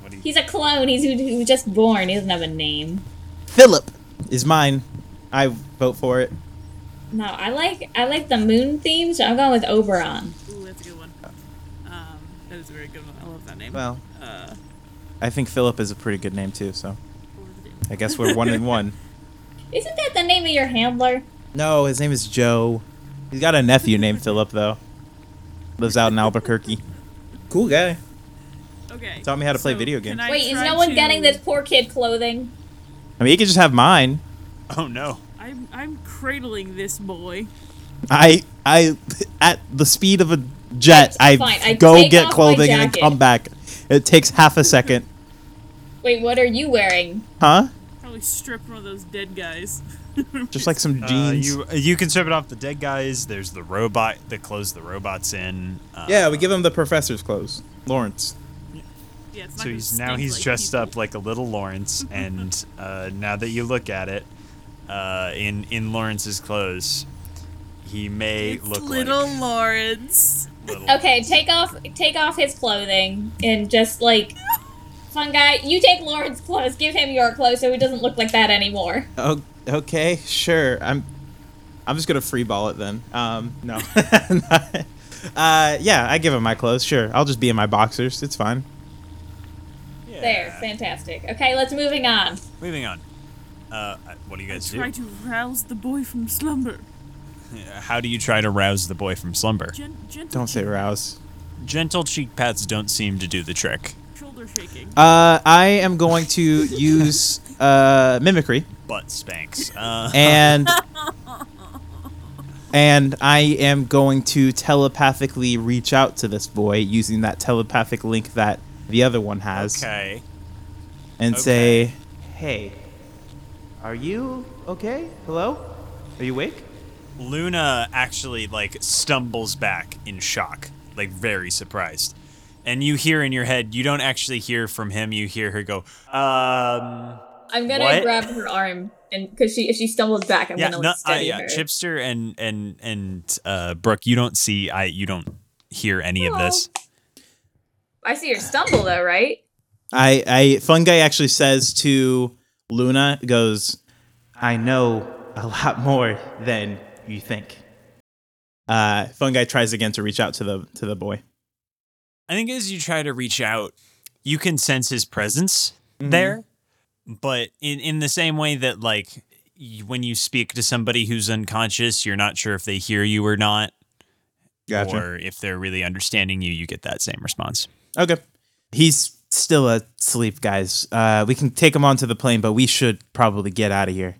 [SPEAKER 2] What do you?
[SPEAKER 3] He's a clone. He's he was just born. He doesn't have a name.
[SPEAKER 4] Philip is mine. I vote for it.
[SPEAKER 3] No, I like I like the moon theme, so I'm going with Oberon.
[SPEAKER 5] Ooh, that's a good one. Um, that is a very good one. I love that name.
[SPEAKER 4] Well,
[SPEAKER 5] uh,
[SPEAKER 4] I think Philip is a pretty good name too. So
[SPEAKER 5] what was it?
[SPEAKER 4] I guess we're one and one.
[SPEAKER 3] Isn't that the name of your handler?
[SPEAKER 4] No, his name is Joe. He's got a nephew named Philip though. Lives out in Albuquerque. Cool guy.
[SPEAKER 5] Okay.
[SPEAKER 4] Taught me how to play video
[SPEAKER 5] can
[SPEAKER 4] games.
[SPEAKER 5] I
[SPEAKER 3] Wait, is
[SPEAKER 5] try
[SPEAKER 3] no one
[SPEAKER 5] to-
[SPEAKER 3] getting this poor kid clothing?
[SPEAKER 4] I mean, he could just have mine.
[SPEAKER 2] Oh no.
[SPEAKER 5] I'm I'm cradling this boy.
[SPEAKER 4] I I at the speed of a jet,
[SPEAKER 3] That's
[SPEAKER 4] I,
[SPEAKER 3] fine. I
[SPEAKER 4] go
[SPEAKER 3] take
[SPEAKER 4] get
[SPEAKER 3] off my
[SPEAKER 4] clothing and then
[SPEAKER 3] jacket.
[SPEAKER 4] come back. It takes half a second,
[SPEAKER 3] Wait, what are you wearing?
[SPEAKER 4] huh?
[SPEAKER 5] Probably strip one of those dead guys.
[SPEAKER 4] Just like some
[SPEAKER 2] Uh,
[SPEAKER 4] jeans.
[SPEAKER 2] you you can strip it off the dead guys. There's the robot that closed the robots in. Uh,
[SPEAKER 4] yeah, we give him the professor's clothes, Lawrence.
[SPEAKER 5] Yeah, it's not
[SPEAKER 2] So
[SPEAKER 5] gonna
[SPEAKER 2] he's now
[SPEAKER 5] stink
[SPEAKER 2] he's
[SPEAKER 5] like
[SPEAKER 2] dressed
[SPEAKER 5] people.
[SPEAKER 2] up like a little Lawrence, and uh, now that you look at it, uh, in in Lawrence's clothes, he may
[SPEAKER 5] It's
[SPEAKER 2] look
[SPEAKER 5] little
[SPEAKER 2] like
[SPEAKER 5] Lawrence.
[SPEAKER 2] little.
[SPEAKER 3] Okay, take off take off his clothing and just like fun guy, you take Lauren's clothes, give him your clothes so he doesn't look like that anymore.
[SPEAKER 4] Oh, okay, sure. I'm I'm just gonna freeball it then. Um, no. uh, yeah, I give him my clothes. Sure, I'll just be in my boxers. It's fine.
[SPEAKER 2] Yeah.
[SPEAKER 3] There, fantastic. Okay, let's moving on.
[SPEAKER 2] Moving on. Uh, what do you guys
[SPEAKER 5] Try
[SPEAKER 2] do?
[SPEAKER 5] to rouse the boy from slumber.
[SPEAKER 2] Uh, How do you try to rouse the boy from slumber?
[SPEAKER 5] Gen- gentle
[SPEAKER 4] Don't say
[SPEAKER 5] cheek-
[SPEAKER 4] rouse.
[SPEAKER 2] Gentle cheek pats don't seem to do the trick.
[SPEAKER 5] Shoulder shaking.
[SPEAKER 4] Uh, I am going to use uh, mimicry.
[SPEAKER 2] Butt spanks. Uh,
[SPEAKER 4] and and I am going to telepathically reach out to this boy using that telepathic link that the other one has
[SPEAKER 2] okay.
[SPEAKER 4] and
[SPEAKER 2] okay.
[SPEAKER 4] say, "Hey, are you okay? Hello? Are you awake?"
[SPEAKER 2] Luna actually like stumbles back in shock, like very surprised. And you hear in your head, you don't actually hear from him. You hear her go, um,
[SPEAKER 3] I'm gonna
[SPEAKER 2] What?
[SPEAKER 3] grab her arm and because she if she stumbles back, I'm
[SPEAKER 2] yeah,
[SPEAKER 3] gonna like
[SPEAKER 2] no, uh,
[SPEAKER 3] steady
[SPEAKER 2] yeah.
[SPEAKER 3] her.
[SPEAKER 2] Chipster and and and uh, Brooke, you don't see, I you don't hear any of this.
[SPEAKER 3] I see her stumble though, right?
[SPEAKER 4] I I fun guy actually says to Luna goes, "I know a lot more than you think." Uh, fun guy tries again to reach out to the to the boy.
[SPEAKER 2] I think as you try to reach out, you can sense his presence there, but in in the same way that like y- when you speak to somebody who's unconscious, you're not sure if they hear you or not. or if they're really understanding you, you get that same response.
[SPEAKER 4] Okay. He's still asleep, guys. Uh, we can take him onto the plane, but we should probably get out of here.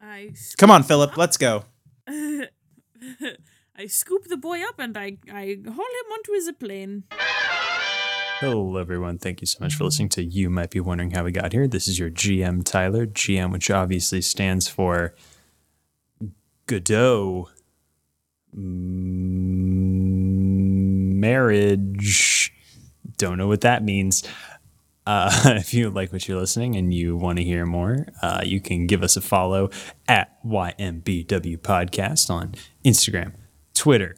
[SPEAKER 5] I scoop,
[SPEAKER 4] Come on, Philip. Let's go.
[SPEAKER 5] I scoop the boy up and I I haul him onto his plane.
[SPEAKER 1] Hello, everyone. Thank you so much for listening to You Might Be Wondering How We Got Here. This is your GM, Tyler. GM, which obviously stands for Godot M- Marriage. Don't know what that means. Uh, if you like what you're listening and you want to hear more, uh, you can give us a follow at YMBW Podcast on Instagram, Twitter,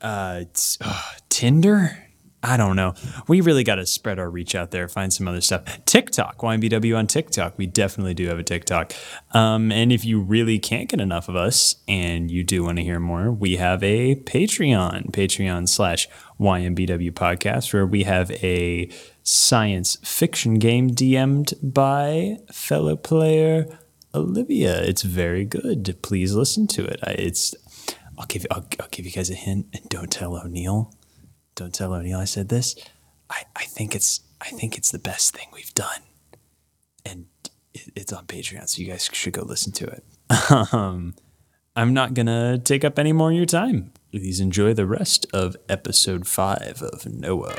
[SPEAKER 1] uh, t- ugh, Tinder? I don't know. We really got to spread our reach out there, find some other stuff. TikTok, YMBW on TikTok. We definitely do have a TikTok. Um, and if you really can't get enough of us and you do want to hear more, we have a Patreon, Patreon slash YMBW podcast, where we have a science fiction game DM'd by fellow player Olivia. It's very good. Please listen to it. I- It's I'll give I'll, I'll give you guys a hint and don't tell O'Neill. Don't tell O'Neill I said this. I, I think it's I think it's the best thing we've done. And it, it's on Patreon, so you guys should go listen to it. um, I'm not gonna take up any more of your time. Please enjoy the rest of episode five of Noah.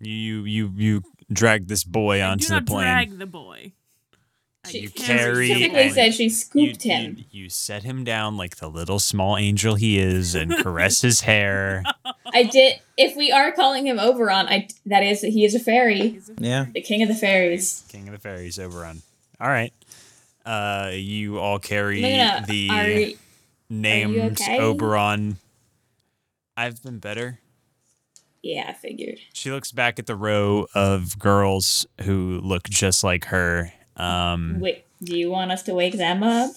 [SPEAKER 2] You you you drag this boy
[SPEAKER 5] I
[SPEAKER 2] onto
[SPEAKER 5] do not
[SPEAKER 2] the plane.
[SPEAKER 5] drag the boy. I
[SPEAKER 3] She,
[SPEAKER 2] You
[SPEAKER 5] carry
[SPEAKER 2] carry
[SPEAKER 3] she specifically
[SPEAKER 2] and-
[SPEAKER 3] said she
[SPEAKER 2] you,
[SPEAKER 3] scooped
[SPEAKER 2] you-
[SPEAKER 3] him.
[SPEAKER 2] you set him down like the little small angel he is and caress his hair.
[SPEAKER 3] I did. If we are calling him Oberon, I that is he is a fairy,
[SPEAKER 4] Yeah.
[SPEAKER 3] the king of the fairies.
[SPEAKER 2] King of the fairies, Oberon. All right. Uh, you all carry
[SPEAKER 3] Luna,
[SPEAKER 2] the
[SPEAKER 3] are,
[SPEAKER 2] named
[SPEAKER 3] okay?
[SPEAKER 2] Oberon. I've been better.
[SPEAKER 3] yeah, I figured.
[SPEAKER 2] She looks back at the row of girls who look just like her. Um,
[SPEAKER 3] Wait, do you want us to wake them up?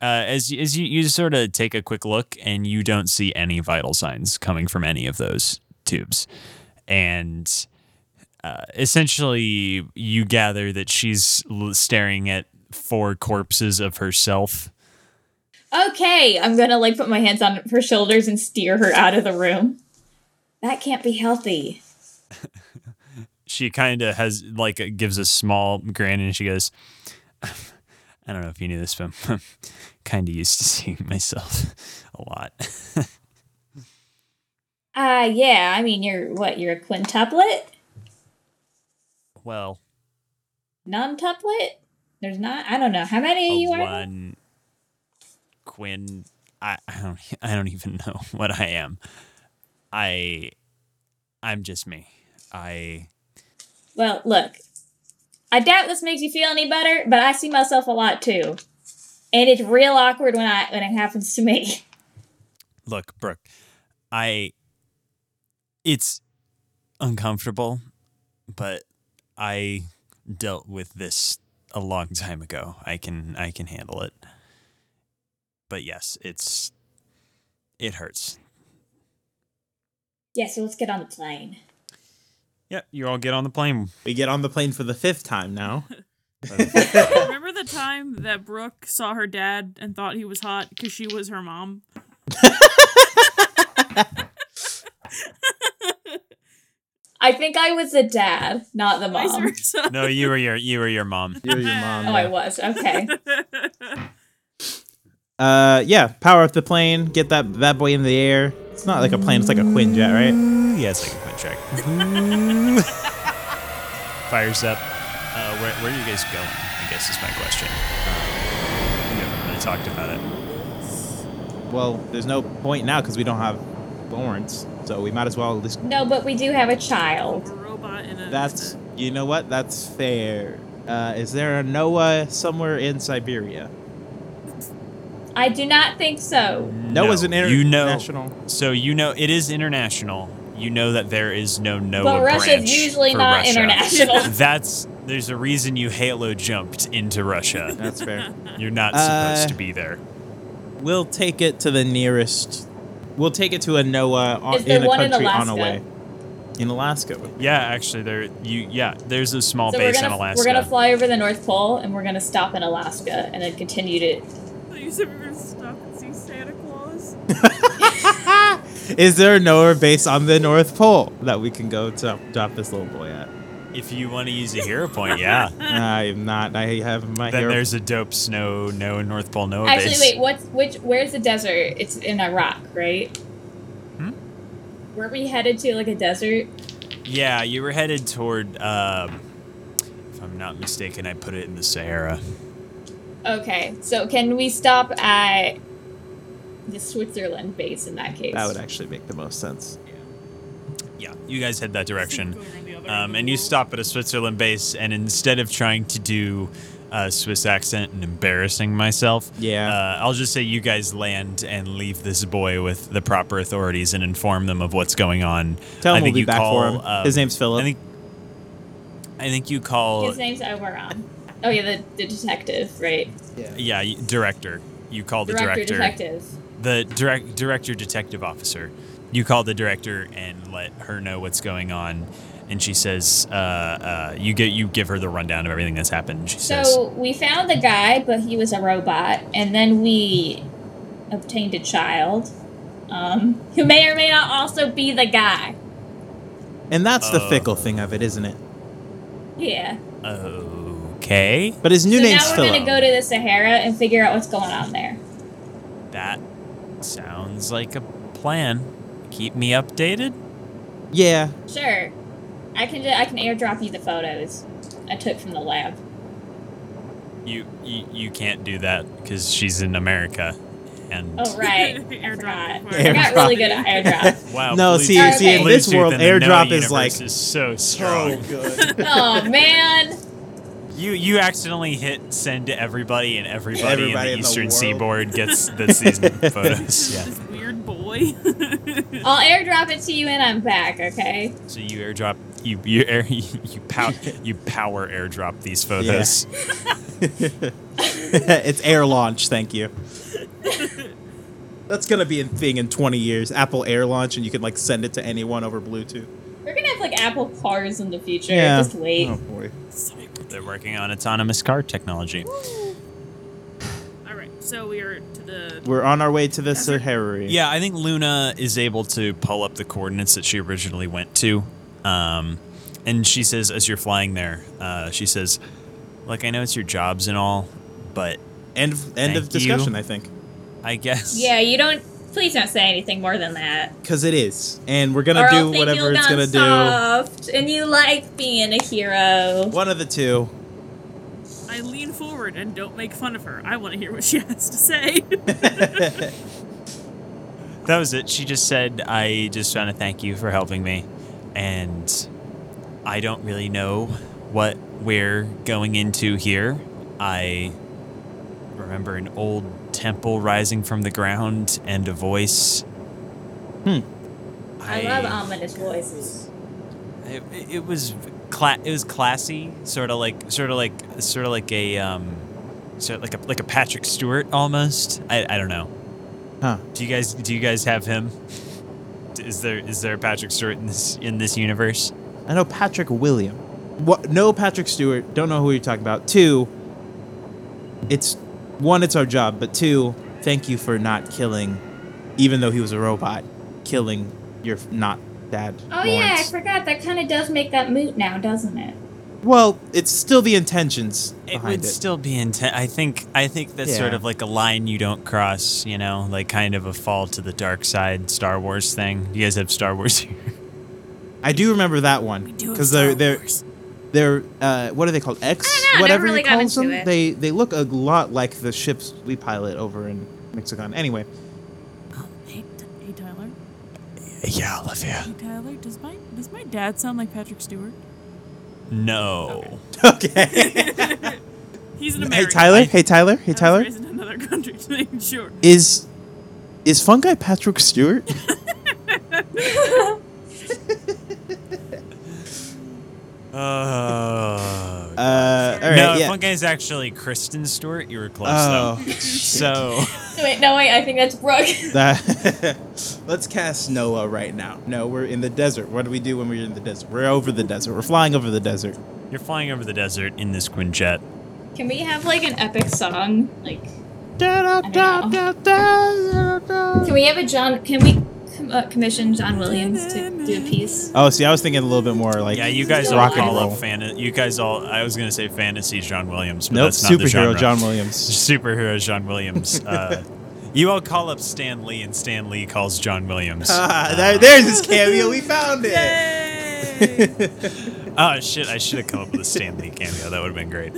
[SPEAKER 2] uh, as you- as you, you sort of take a quick look, and you don't see any vital signs coming from any of those tubes, and Uh, essentially, you gather that she's l- staring at four corpses of herself.
[SPEAKER 3] Okay, I'm gonna like put my hands on her shoulders and steer her out of the room. That can't be healthy.
[SPEAKER 2] She kind of has like uh, gives a small grin and she goes, "I don't know if you knew this, but I'm kind of used to seeing myself a lot."
[SPEAKER 3] Uh, yeah, I mean, you're what? You're a quintuplet?
[SPEAKER 2] well,
[SPEAKER 3] Nontuplet? There's not, I don't know. How many
[SPEAKER 2] a
[SPEAKER 3] you are?
[SPEAKER 2] one Quinn. I, I don't. I don't even know what I am. I. I'm just me. I.
[SPEAKER 3] Well, look, I doubt this makes you feel any better, but I see myself a lot too. And it's real awkward when I when it happens to me.
[SPEAKER 2] look, Brooke, I it's uncomfortable, but I dealt with this a long time ago. I can I can handle it. But yes, it's it hurts.
[SPEAKER 3] Yeah, so let's get on the plane.
[SPEAKER 2] Yep, you all get on the plane.
[SPEAKER 4] We get on the plane for the fifth time now.
[SPEAKER 5] Remember the time that Brooke saw her dad and thought he was hot because she was her mom?
[SPEAKER 3] I think I was the dad, not the
[SPEAKER 5] Vice
[SPEAKER 3] mom.
[SPEAKER 5] versa.
[SPEAKER 2] No, you were your you were your mom.
[SPEAKER 4] You're your mom.
[SPEAKER 3] Oh, I was. Okay.
[SPEAKER 4] Uh, yeah. Power up the plane. Get that that boy in the air. It's not like a plane. It's like a Quinjet, right?
[SPEAKER 2] Yeah, it's like a quick track. Fires up. Uh, where, where are you guys going? I guess is my question. Um, you haven't really talked about it.
[SPEAKER 4] Well, there's no point now because we don't have Lawrence, so we might as well at least.
[SPEAKER 3] No, but we do have a
[SPEAKER 5] A
[SPEAKER 3] child.
[SPEAKER 5] robot in a
[SPEAKER 4] That's you know what? That's fair. Uh, is there a Noah somewhere in Siberia?
[SPEAKER 3] I do not think so.
[SPEAKER 4] Noah's an inter-
[SPEAKER 2] you know-
[SPEAKER 4] international.
[SPEAKER 2] So you know it is international. You know that there is no Noah
[SPEAKER 3] but Russia's
[SPEAKER 2] branch
[SPEAKER 3] usually
[SPEAKER 2] for
[SPEAKER 3] not
[SPEAKER 2] Russia.
[SPEAKER 3] international.
[SPEAKER 2] That's there's a reason you Halo jumped into Russia.
[SPEAKER 4] That's fair.
[SPEAKER 2] You're not
[SPEAKER 4] Uh,
[SPEAKER 2] supposed to be there.
[SPEAKER 4] We'll take it to the nearest. We'll take it to a Noah on,
[SPEAKER 3] Is there
[SPEAKER 4] in a
[SPEAKER 3] one in
[SPEAKER 4] country on a
[SPEAKER 3] Alaska?
[SPEAKER 4] way. In Alaska.
[SPEAKER 2] Yeah, actually, there you yeah. There's a small
[SPEAKER 3] So we're
[SPEAKER 2] base
[SPEAKER 3] gonna
[SPEAKER 2] in Alaska.
[SPEAKER 3] we're gonna fly over the North Pole and we're gonna stop in Alaska and then continue to.
[SPEAKER 5] I thought you said we were gonna stop and see Santa Claus.
[SPEAKER 4] Is there a Noah base on the North Pole that we can go to drop this little boy at?
[SPEAKER 2] if you want to use a hero point, yeah.
[SPEAKER 4] I'm not. I have my
[SPEAKER 2] then
[SPEAKER 4] hero.
[SPEAKER 2] there's a dope snow no North Pole Noah
[SPEAKER 3] Actually,
[SPEAKER 2] Oh, base.
[SPEAKER 3] wait. What's which? Where's the desert? It's in Iraq, right?
[SPEAKER 2] Hmm?
[SPEAKER 3] Weren't we headed to like a desert?
[SPEAKER 2] Yeah, you were headed toward. Um, if I'm not mistaken, I put it in the Sahara.
[SPEAKER 3] Okay, so can we stop at the Switzerland base in that case?
[SPEAKER 4] that would actually make the most sense.
[SPEAKER 2] Uh, Yeah, you guys head that direction.
[SPEAKER 5] Going around the other end of
[SPEAKER 2] Um,
[SPEAKER 5] the
[SPEAKER 2] and you
[SPEAKER 5] world.
[SPEAKER 2] stop at a Switzerland base, and instead of trying to do a Swiss accent and embarrassing myself,
[SPEAKER 4] Yeah.
[SPEAKER 2] uh, I'll just say you guys land and leave this boy with the proper authorities and inform them of what's going on.
[SPEAKER 4] Tell
[SPEAKER 2] I
[SPEAKER 4] him we'll
[SPEAKER 2] think
[SPEAKER 4] be
[SPEAKER 2] you
[SPEAKER 4] back for
[SPEAKER 2] call,
[SPEAKER 4] him.
[SPEAKER 2] um,
[SPEAKER 4] His name's Philip.
[SPEAKER 2] I think. I think you call.
[SPEAKER 3] His name's Oberon. Oh yeah, the, the detective, right?
[SPEAKER 2] Yeah, y- director. You call Oh, the
[SPEAKER 3] director,
[SPEAKER 2] director.
[SPEAKER 3] detective.
[SPEAKER 2] the direct director detective officer. You call the director and let her know what's going on, and she says, uh, uh, "You get you give her the rundown of everything that's happened." and She says,
[SPEAKER 3] So we found the guy, but he was a robot, and then we obtained a child, um, who may or may not also be the guy.
[SPEAKER 4] and that's the
[SPEAKER 2] uh,
[SPEAKER 4] fickle thing of it, isn't it?
[SPEAKER 3] Yeah.
[SPEAKER 2] "Okay,
[SPEAKER 4] But his new
[SPEAKER 3] so
[SPEAKER 4] name's
[SPEAKER 3] now we're
[SPEAKER 4] Philip.
[SPEAKER 3] gonna go to the Sahara and figure out what's going on there.
[SPEAKER 2] that sounds like a plan. Keep me updated."
[SPEAKER 4] yeah.
[SPEAKER 3] Sure. I can ju- I can airdrop you the photos I took from the lab.
[SPEAKER 2] You you, you can't do that because she's in America, and
[SPEAKER 3] Oh right. I
[SPEAKER 5] Airdrop
[SPEAKER 3] forgot.
[SPEAKER 5] required.
[SPEAKER 3] I got
[SPEAKER 4] Airdrop.
[SPEAKER 3] really good at airdrop.
[SPEAKER 2] wow.
[SPEAKER 4] No,
[SPEAKER 2] Bluetooth-
[SPEAKER 4] see-
[SPEAKER 3] see, in
[SPEAKER 4] this
[SPEAKER 2] Bluetooth
[SPEAKER 4] world,
[SPEAKER 2] in the Noah
[SPEAKER 4] airdrop is
[SPEAKER 2] universe
[SPEAKER 4] like- Oh,
[SPEAKER 2] is so strong.
[SPEAKER 4] good.
[SPEAKER 3] oh man.
[SPEAKER 2] You you accidentally hit send to everybody, and everybody,
[SPEAKER 4] Everybody
[SPEAKER 2] in the
[SPEAKER 4] in the
[SPEAKER 2] eastern
[SPEAKER 4] world.
[SPEAKER 2] seaboard gets the season photos. Yeah.
[SPEAKER 5] This weird boy.
[SPEAKER 3] I'll airdrop it to you and I'm back, okay?
[SPEAKER 2] So you airdrop you you air you power you power airdrop these photos.
[SPEAKER 4] it's air launch, thank you. That's gonna be a thing in 20 years. Apple Air Launch, and you can like send it to anyone over Bluetooth.
[SPEAKER 3] We're gonna have like
[SPEAKER 6] Apple cars in the future.
[SPEAKER 4] Yeah.
[SPEAKER 6] Just wait.
[SPEAKER 4] Oh boy.
[SPEAKER 2] They're working on autonomous car technology.
[SPEAKER 5] All right, so we are to the.
[SPEAKER 4] We're on our way to the Sahara.
[SPEAKER 2] Yeah, I think Luna is able to pull up the coordinates that she originally went to. Um, and she says, as you're flying there, uh, she says, Look, I know it's your jobs and all, but
[SPEAKER 4] End of, end of
[SPEAKER 2] Thank you.
[SPEAKER 4] discussion, I think.
[SPEAKER 2] I guess.
[SPEAKER 6] Yeah, you don't. Please don't say anything more than that.
[SPEAKER 4] Because it is. And we're going to
[SPEAKER 6] or I'll
[SPEAKER 4] do
[SPEAKER 6] think
[SPEAKER 4] whatever
[SPEAKER 6] you've
[SPEAKER 4] it's
[SPEAKER 6] gone
[SPEAKER 4] going to do.
[SPEAKER 6] soft and you like being a hero.
[SPEAKER 4] One of the two.
[SPEAKER 5] I lean forward and don't make fun of her. I want to hear what she has to say.
[SPEAKER 2] That was it. She just said, I just want to thank you for helping me. And I don't really know what we're going into here. I remember an old temple rising from the ground and a voice.
[SPEAKER 4] Hmm.
[SPEAKER 6] I love um, ominous voices.
[SPEAKER 2] It, it was cla- it was classy, sort of like sort of like sort of like a um, sort of like a like a Patrick Stewart almost. I, I don't know.
[SPEAKER 4] Huh.
[SPEAKER 2] Do you guys do you guys have him? Is there is there a Patrick Stewart in this in this universe?
[SPEAKER 4] I know Patrick William. What? No Patrick Stewart. Don't know who you're talking about. Two, it's one, it's our job, but two, thank you for not killing, even though he was a robot, killing your f- not dad.
[SPEAKER 6] Oh yeah, I
[SPEAKER 4] Lawrence.
[SPEAKER 6] forgot. That kind of does make that moot now, doesn't it?
[SPEAKER 4] Well, it's still the intentions
[SPEAKER 2] It
[SPEAKER 4] behind
[SPEAKER 2] would
[SPEAKER 4] it.
[SPEAKER 2] still be intent. I think I think that's sort
[SPEAKER 4] Yeah.
[SPEAKER 2] of like a line you don't cross. You know, like kind of a fall to the dark side Star Wars thing. You guys have Star Wars here.
[SPEAKER 4] I do remember that one
[SPEAKER 5] We do have
[SPEAKER 4] because they're
[SPEAKER 5] Star
[SPEAKER 4] they're
[SPEAKER 5] Wars.
[SPEAKER 4] they're uh, what are they called? X,
[SPEAKER 6] I don't know, I
[SPEAKER 4] whatever
[SPEAKER 6] never really
[SPEAKER 4] you
[SPEAKER 6] got
[SPEAKER 4] call
[SPEAKER 6] into
[SPEAKER 4] them.
[SPEAKER 6] it.
[SPEAKER 4] They they look a lot like the ships we pilot over in Mexican. Anyway,
[SPEAKER 5] Oh, hey, T- hey, Tyler.
[SPEAKER 2] Yeah, Olivia.
[SPEAKER 5] Hey, Tyler. Does my does my dad sound like Patrick Stewart?
[SPEAKER 2] No.
[SPEAKER 4] okay.
[SPEAKER 5] He's an
[SPEAKER 4] hey
[SPEAKER 5] American.
[SPEAKER 4] Tyler. Hey Tyler. Hey Tyler.
[SPEAKER 5] Is in another country. to make sure.
[SPEAKER 4] Is is Fungi Patrick Stewart?
[SPEAKER 2] Uh,
[SPEAKER 4] Uh, all right,
[SPEAKER 2] no,
[SPEAKER 4] yeah.
[SPEAKER 2] one guy's actually Kristen Stewart. You were close
[SPEAKER 4] Oh,
[SPEAKER 2] though. So
[SPEAKER 6] Wait, no wait. I think that's Brooke.
[SPEAKER 4] that- let's cast Noah right now. No, we're in the desert. What do we do when we're in the desert? We're over the desert. We're flying over the desert.
[SPEAKER 2] you're flying over the desert in this quinjet.
[SPEAKER 6] Can we have like an epic song? Like, can we have a John? Can we com- uh, commission John Williams to do a piece?
[SPEAKER 4] Oh, see, I was thinking a little bit more like
[SPEAKER 2] Yeah, you guys all
[SPEAKER 4] rock and
[SPEAKER 2] call
[SPEAKER 4] roll.
[SPEAKER 2] up fan. You guys all. I was gonna say fantasy John Williams, but
[SPEAKER 4] nope,
[SPEAKER 2] that's not the
[SPEAKER 4] superhero
[SPEAKER 2] genre.
[SPEAKER 4] John Williams.
[SPEAKER 2] Superhero John Williams. Uh, you all call up Stan Lee, and Stan Lee calls John Williams. Uh,
[SPEAKER 4] Ah, there- there's his cameo. We found it.
[SPEAKER 2] Oh shit! I should have come up with a Stan Lee cameo. That would have been great.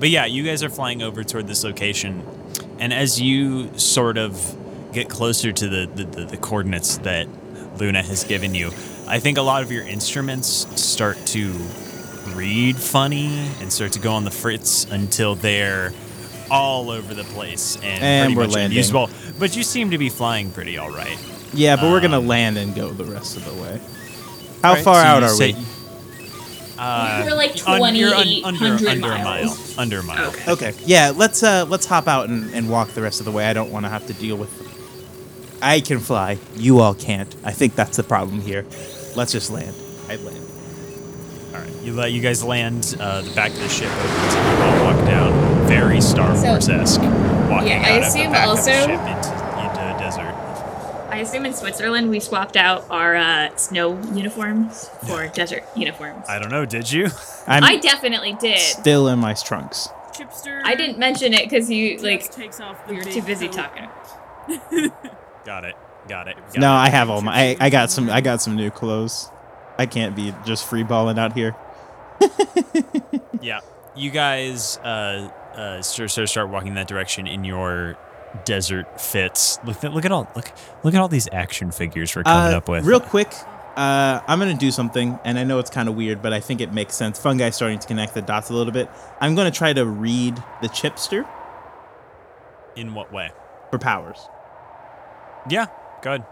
[SPEAKER 2] But yeah, you guys are flying over toward this location, and as you sort of get closer to the the, the, the coordinates that Luna has given you, I think a lot of your instruments start to read funny and start to go on the fritz until they're all over the place and,
[SPEAKER 4] And
[SPEAKER 2] pretty
[SPEAKER 4] we're
[SPEAKER 2] much
[SPEAKER 4] landing.
[SPEAKER 2] unusable. But you seem to be flying pretty all right.
[SPEAKER 4] Yeah, but we're gonna land and go the rest of the way. How
[SPEAKER 2] Uh, Right?
[SPEAKER 4] far
[SPEAKER 2] So
[SPEAKER 4] out
[SPEAKER 2] you
[SPEAKER 4] are
[SPEAKER 2] say-
[SPEAKER 4] we?
[SPEAKER 2] Uh,
[SPEAKER 6] We're like
[SPEAKER 2] un- you're un-
[SPEAKER 6] 2,800
[SPEAKER 2] under, under
[SPEAKER 6] miles.
[SPEAKER 2] a mile. Under a mile.
[SPEAKER 4] Okay. Yeah, let's uh let's hop out and, and walk the rest of the way. I don't want to have to deal with them. I can fly. You all can't. I think that's the problem here. Let's just land. I land.
[SPEAKER 2] All right, you let you guys land. Uh, the back of the ship opens, and you all walk down. Very Star
[SPEAKER 6] So-
[SPEAKER 2] Wars esque. Walking
[SPEAKER 6] Yeah, I
[SPEAKER 2] out of
[SPEAKER 6] assume
[SPEAKER 2] the back
[SPEAKER 6] also-
[SPEAKER 2] of the ship into, into a desert.
[SPEAKER 6] I assume in Switzerland we swapped out our uh, snow uniforms for desert uniforms.
[SPEAKER 2] I don't know. Did you?
[SPEAKER 4] I'm
[SPEAKER 6] I definitely did.
[SPEAKER 4] still in my trunks.
[SPEAKER 5] Chipster.
[SPEAKER 6] I didn't mention it because you
[SPEAKER 5] Tips
[SPEAKER 6] like
[SPEAKER 5] takes off the
[SPEAKER 6] we were
[SPEAKER 5] big
[SPEAKER 6] too busy
[SPEAKER 5] coat.
[SPEAKER 6] talking.
[SPEAKER 2] Got it. Got it. Got
[SPEAKER 4] No,
[SPEAKER 2] it.
[SPEAKER 4] I have all my I, I got some I got some new clothes. I can't be just free balling out here.
[SPEAKER 2] Yeah. You guys uh, uh, sort sort of start walking that direction in your desert fits. Look, at- look at all look look at all these action figures we're coming
[SPEAKER 4] Uh,
[SPEAKER 2] up with.
[SPEAKER 4] Real quick, uh, I'm going to do something, and I know it's kind of weird, but I think it makes sense. Fungi starting to connect the dots a little bit. I'm going to try to read the chipster
[SPEAKER 2] in what way?
[SPEAKER 4] for powers.
[SPEAKER 2] Yeah. Good.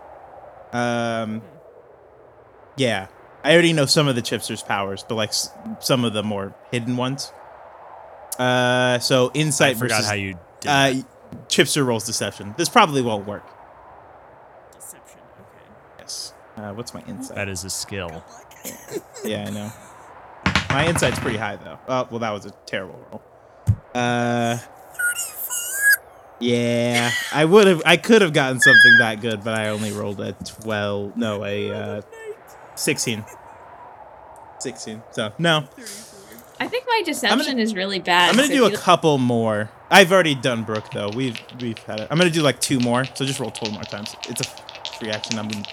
[SPEAKER 4] Um, yeah, I already know some of the chipster's powers, but like s- some of the more hidden ones. Uh, so
[SPEAKER 2] I
[SPEAKER 4] insight
[SPEAKER 2] forgot
[SPEAKER 4] versus
[SPEAKER 2] how you. Did that.
[SPEAKER 4] uh, chipster rolls deception. This probably won't work.
[SPEAKER 5] Deception. Okay.
[SPEAKER 4] Yes. Uh, what's my insight?
[SPEAKER 2] that is a skill.
[SPEAKER 4] Yeah, I know. My insight's pretty high though. Oh, well, that was a terrible roll. Uh, yeah, I would have. I could have gotten something that good, but I only rolled a twelve. No, a uh, sixteen. Sixteen. So no,
[SPEAKER 3] I think my deception is really bad.
[SPEAKER 4] I'm gonna
[SPEAKER 3] so
[SPEAKER 4] do
[SPEAKER 3] if
[SPEAKER 4] a
[SPEAKER 3] you-
[SPEAKER 4] couple more. I've already done Brooke though. We've we've had it. I'm gonna do like two more. So just roll twelve more times. It's a free action. I'm gonna,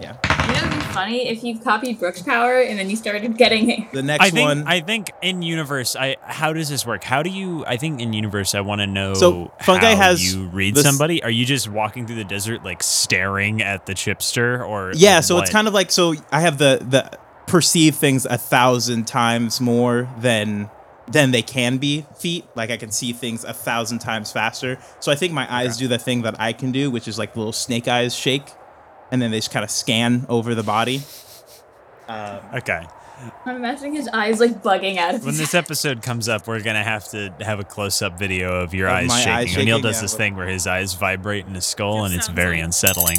[SPEAKER 4] yeah.
[SPEAKER 6] You know, it'd be funny if you copied Brooke's power and then you started getting it.
[SPEAKER 4] The next
[SPEAKER 2] I think
[SPEAKER 4] one.
[SPEAKER 2] I think in universe I how does this work? How do you I think in universe I want to know
[SPEAKER 4] So, Fungi
[SPEAKER 2] how
[SPEAKER 4] has
[SPEAKER 2] you read
[SPEAKER 4] this-
[SPEAKER 2] somebody? Are you just walking through the desert like staring at the chipster or
[SPEAKER 4] yeah so it's kind of like so i have the the perceive things a thousand times more than than they can be feet like i can see things a thousand times faster so i think my eyes do the thing that i can do which is like little snake eyes shake and then they just kind of scan over the body
[SPEAKER 2] of Okay.
[SPEAKER 6] I'm imagining his eyes like bugging out of
[SPEAKER 2] When
[SPEAKER 6] his
[SPEAKER 2] this episode comes up, we're gonna have to have a close up video of your
[SPEAKER 4] Of
[SPEAKER 2] eyes
[SPEAKER 4] my
[SPEAKER 2] shaking.
[SPEAKER 4] eyes
[SPEAKER 2] O'Neill
[SPEAKER 4] shaking,
[SPEAKER 2] does
[SPEAKER 4] yeah,
[SPEAKER 2] this
[SPEAKER 4] what-
[SPEAKER 2] thing where his eyes vibrate in his skull
[SPEAKER 5] That
[SPEAKER 2] and it's
[SPEAKER 5] sounds
[SPEAKER 2] very
[SPEAKER 5] like-
[SPEAKER 2] unsettling.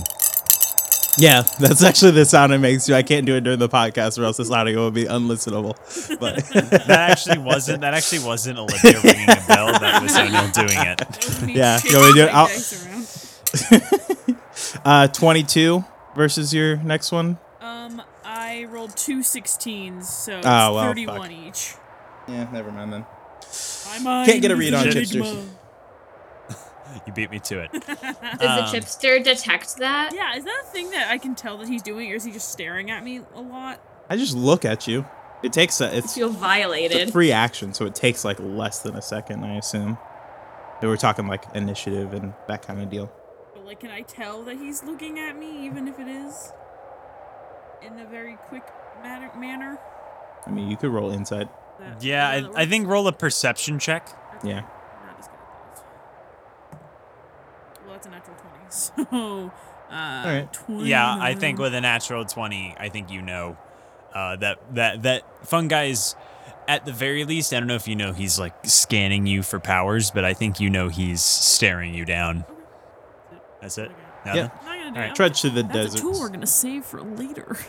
[SPEAKER 4] yeah that's actually the sound it makes you i can't do it during the podcast or else this audio will be unlistenable but
[SPEAKER 2] That actually wasn't that actually wasn't Olivia ringing a bell, that was O'Neill doing it.
[SPEAKER 4] Yeah,
[SPEAKER 5] you
[SPEAKER 4] you want me to do it? I'll-
[SPEAKER 5] dice
[SPEAKER 4] uh 22 versus your next one
[SPEAKER 5] around. Um, I rolled two 16s, so it's
[SPEAKER 4] Ah, well, fuck.
[SPEAKER 5] 31 each.
[SPEAKER 4] yeah never mind then
[SPEAKER 5] I'm on
[SPEAKER 4] Can't get a read on
[SPEAKER 5] Enigma.
[SPEAKER 4] chipsters.
[SPEAKER 2] You beat me to it. Um, uh,
[SPEAKER 3] Does the chipster detect that?
[SPEAKER 5] Yeah, is that a thing that I can tell that he's doing, or is he just staring at me a lot?
[SPEAKER 4] i just look at you it takes a, it's
[SPEAKER 6] feel violated.
[SPEAKER 4] It's a free action, so it takes like less than a second, I assume. But we're talking like initiative and that kind of deal.
[SPEAKER 5] But, like, can I tell that he's looking at me, even if it is in a very quick matter- manner?
[SPEAKER 4] I mean, you could roll inside.
[SPEAKER 5] That-
[SPEAKER 2] Yeah,
[SPEAKER 5] that
[SPEAKER 2] I, I
[SPEAKER 5] works?
[SPEAKER 2] think roll a perception check.
[SPEAKER 5] Okay,
[SPEAKER 4] Yeah.
[SPEAKER 5] I'm not as good at those. Well, that's a natural 20. So, uh,
[SPEAKER 4] right.
[SPEAKER 5] 20
[SPEAKER 2] Yeah, I think with a natural twenty, I think you know uh, that that that fungi's at the very least. I don't know if you know he's like scanning you for powers, but I think you know he's staring you down. That's it. Nothing?
[SPEAKER 5] I'm not gonna
[SPEAKER 2] All
[SPEAKER 5] do it.
[SPEAKER 2] right.
[SPEAKER 5] I'm-
[SPEAKER 4] Trudge through the
[SPEAKER 5] Oh, That's a
[SPEAKER 4] desert.
[SPEAKER 5] tool we're gonna save for later.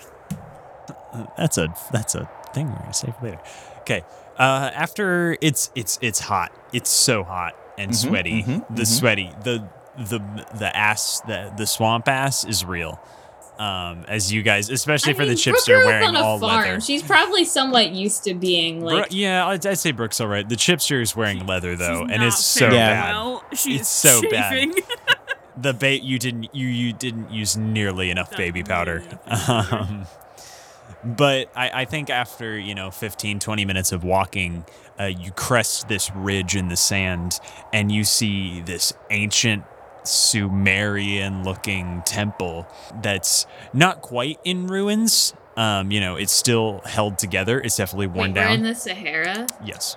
[SPEAKER 2] Uh, That's a that's a thing we're gonna save later. Okay. Uh, after it's it's it's hot. It's so hot and
[SPEAKER 3] Mm-hmm,
[SPEAKER 2] sweaty.
[SPEAKER 4] mhm,
[SPEAKER 2] the sweaty the the the ass the the swamp ass is real. Um, as you guys, especially
[SPEAKER 3] I
[SPEAKER 2] for the
[SPEAKER 3] mean, Brooke
[SPEAKER 2] chips,
[SPEAKER 3] grew
[SPEAKER 2] are
[SPEAKER 3] up
[SPEAKER 2] wearing
[SPEAKER 3] on a
[SPEAKER 2] all
[SPEAKER 3] farm.
[SPEAKER 2] leather.
[SPEAKER 3] She's probably somewhat used to being
[SPEAKER 2] Bro-
[SPEAKER 3] like.
[SPEAKER 2] yeah, I'd, I'd say Brooke's all right. The chipster is wearing leather though,
[SPEAKER 5] She's
[SPEAKER 2] and
[SPEAKER 5] not
[SPEAKER 2] it's so
[SPEAKER 5] faring
[SPEAKER 4] Yeah.
[SPEAKER 2] bad.
[SPEAKER 5] Well, she's
[SPEAKER 2] It's so bad.
[SPEAKER 5] chafing.
[SPEAKER 2] The bait you didn't you you didn't use nearly enough
[SPEAKER 5] Not
[SPEAKER 2] baby
[SPEAKER 5] nearly
[SPEAKER 2] powder.
[SPEAKER 5] enough baby powder.
[SPEAKER 2] Um, but I, I think after you know 15 20 minutes of walking uh, you crest this ridge in the sand and you see this ancient sumerian looking temple that's not quite in ruins um, you know it's still held together it's definitely worn
[SPEAKER 3] Wait, we're
[SPEAKER 2] down
[SPEAKER 3] in the Sahara.
[SPEAKER 2] yes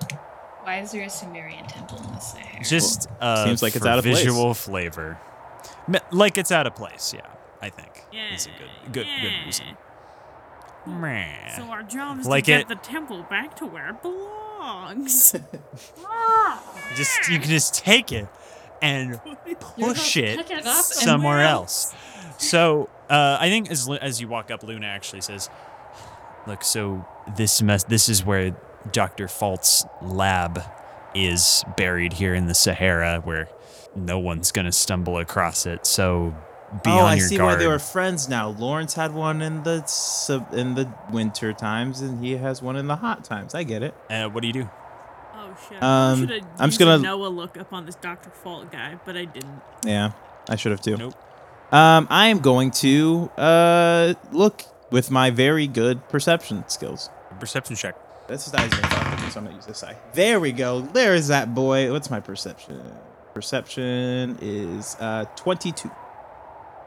[SPEAKER 3] Why is there a Sumerian temple in the Sahara?
[SPEAKER 2] just uh,
[SPEAKER 4] seems like it's
[SPEAKER 2] for
[SPEAKER 4] out of place.
[SPEAKER 2] visual flavor M- like it's out of place yeah i think it's a good good good reason Meh.
[SPEAKER 5] So our job is
[SPEAKER 2] Like
[SPEAKER 5] to get
[SPEAKER 2] it-
[SPEAKER 5] the temple back to where it belongs. Oh,
[SPEAKER 2] You just you can just take it and push it
[SPEAKER 3] pick it up and
[SPEAKER 2] somewhere
[SPEAKER 5] wear it.
[SPEAKER 2] else. So uh, I think as Lu- as you walk up, Luna actually says, "Look, so this mess this is where Doctor Falt's lab is buried here in the Sahara, where no one's gonna stumble across it. So be
[SPEAKER 4] oh,
[SPEAKER 2] on
[SPEAKER 4] I
[SPEAKER 2] your
[SPEAKER 4] see
[SPEAKER 2] guard."
[SPEAKER 4] why they were friends now. Lawrence had one in the sub, in the winter times, and he has one in the hot times. I get it.
[SPEAKER 2] uh, what do you do?
[SPEAKER 5] Oh shit!
[SPEAKER 4] Um,
[SPEAKER 5] I should
[SPEAKER 4] I'm just gonna-
[SPEAKER 5] Noah look up on this Doctor Fault guy, but I didn't.
[SPEAKER 4] Yeah, I should have too.
[SPEAKER 2] Nope.
[SPEAKER 4] Um, I am going to uh look with my very good perception skills.
[SPEAKER 2] Perception check.
[SPEAKER 4] This is not even talking, so I'm gonna use this eye. There we go. There is that boy. What's my perception? Perception is uh 22.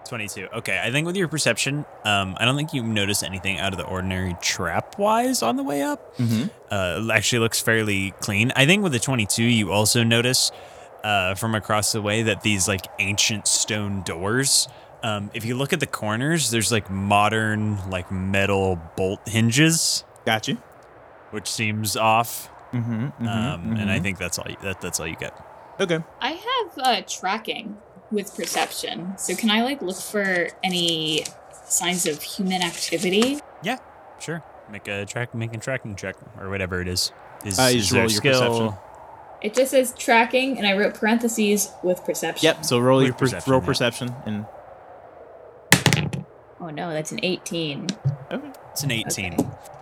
[SPEAKER 2] 22. Okay, I think with your perception, um, I don't think you notice anything out of the ordinary trap wise on the way up.
[SPEAKER 4] Mhm.
[SPEAKER 2] Uh, actually, looks fairly clean. I think with the 22, you also notice uh, from across the way that these like ancient stone doors. Um, if you look at the corners, there's like modern like metal bolt hinges,
[SPEAKER 4] Got you.
[SPEAKER 2] which seems off.
[SPEAKER 4] Mm-hmm,
[SPEAKER 2] um, And I think that's all. You, that, that's all you get.
[SPEAKER 4] okay.
[SPEAKER 3] I have uh, tracking with perception, so can I like look for any signs of human activity?
[SPEAKER 2] Yeah, sure. Make a track, make a tracking check or whatever it is. Is,
[SPEAKER 4] Uh, you
[SPEAKER 2] is
[SPEAKER 4] just
[SPEAKER 2] there
[SPEAKER 4] roll your
[SPEAKER 2] skill?
[SPEAKER 4] perception.
[SPEAKER 3] It just says tracking, and I wrote parentheses with perception.
[SPEAKER 4] Yep. So roll
[SPEAKER 2] With
[SPEAKER 4] your per-
[SPEAKER 2] perception,
[SPEAKER 4] roll
[SPEAKER 2] yeah.
[SPEAKER 4] perception and
[SPEAKER 3] Oh no, that's an 18.
[SPEAKER 2] It's an 18.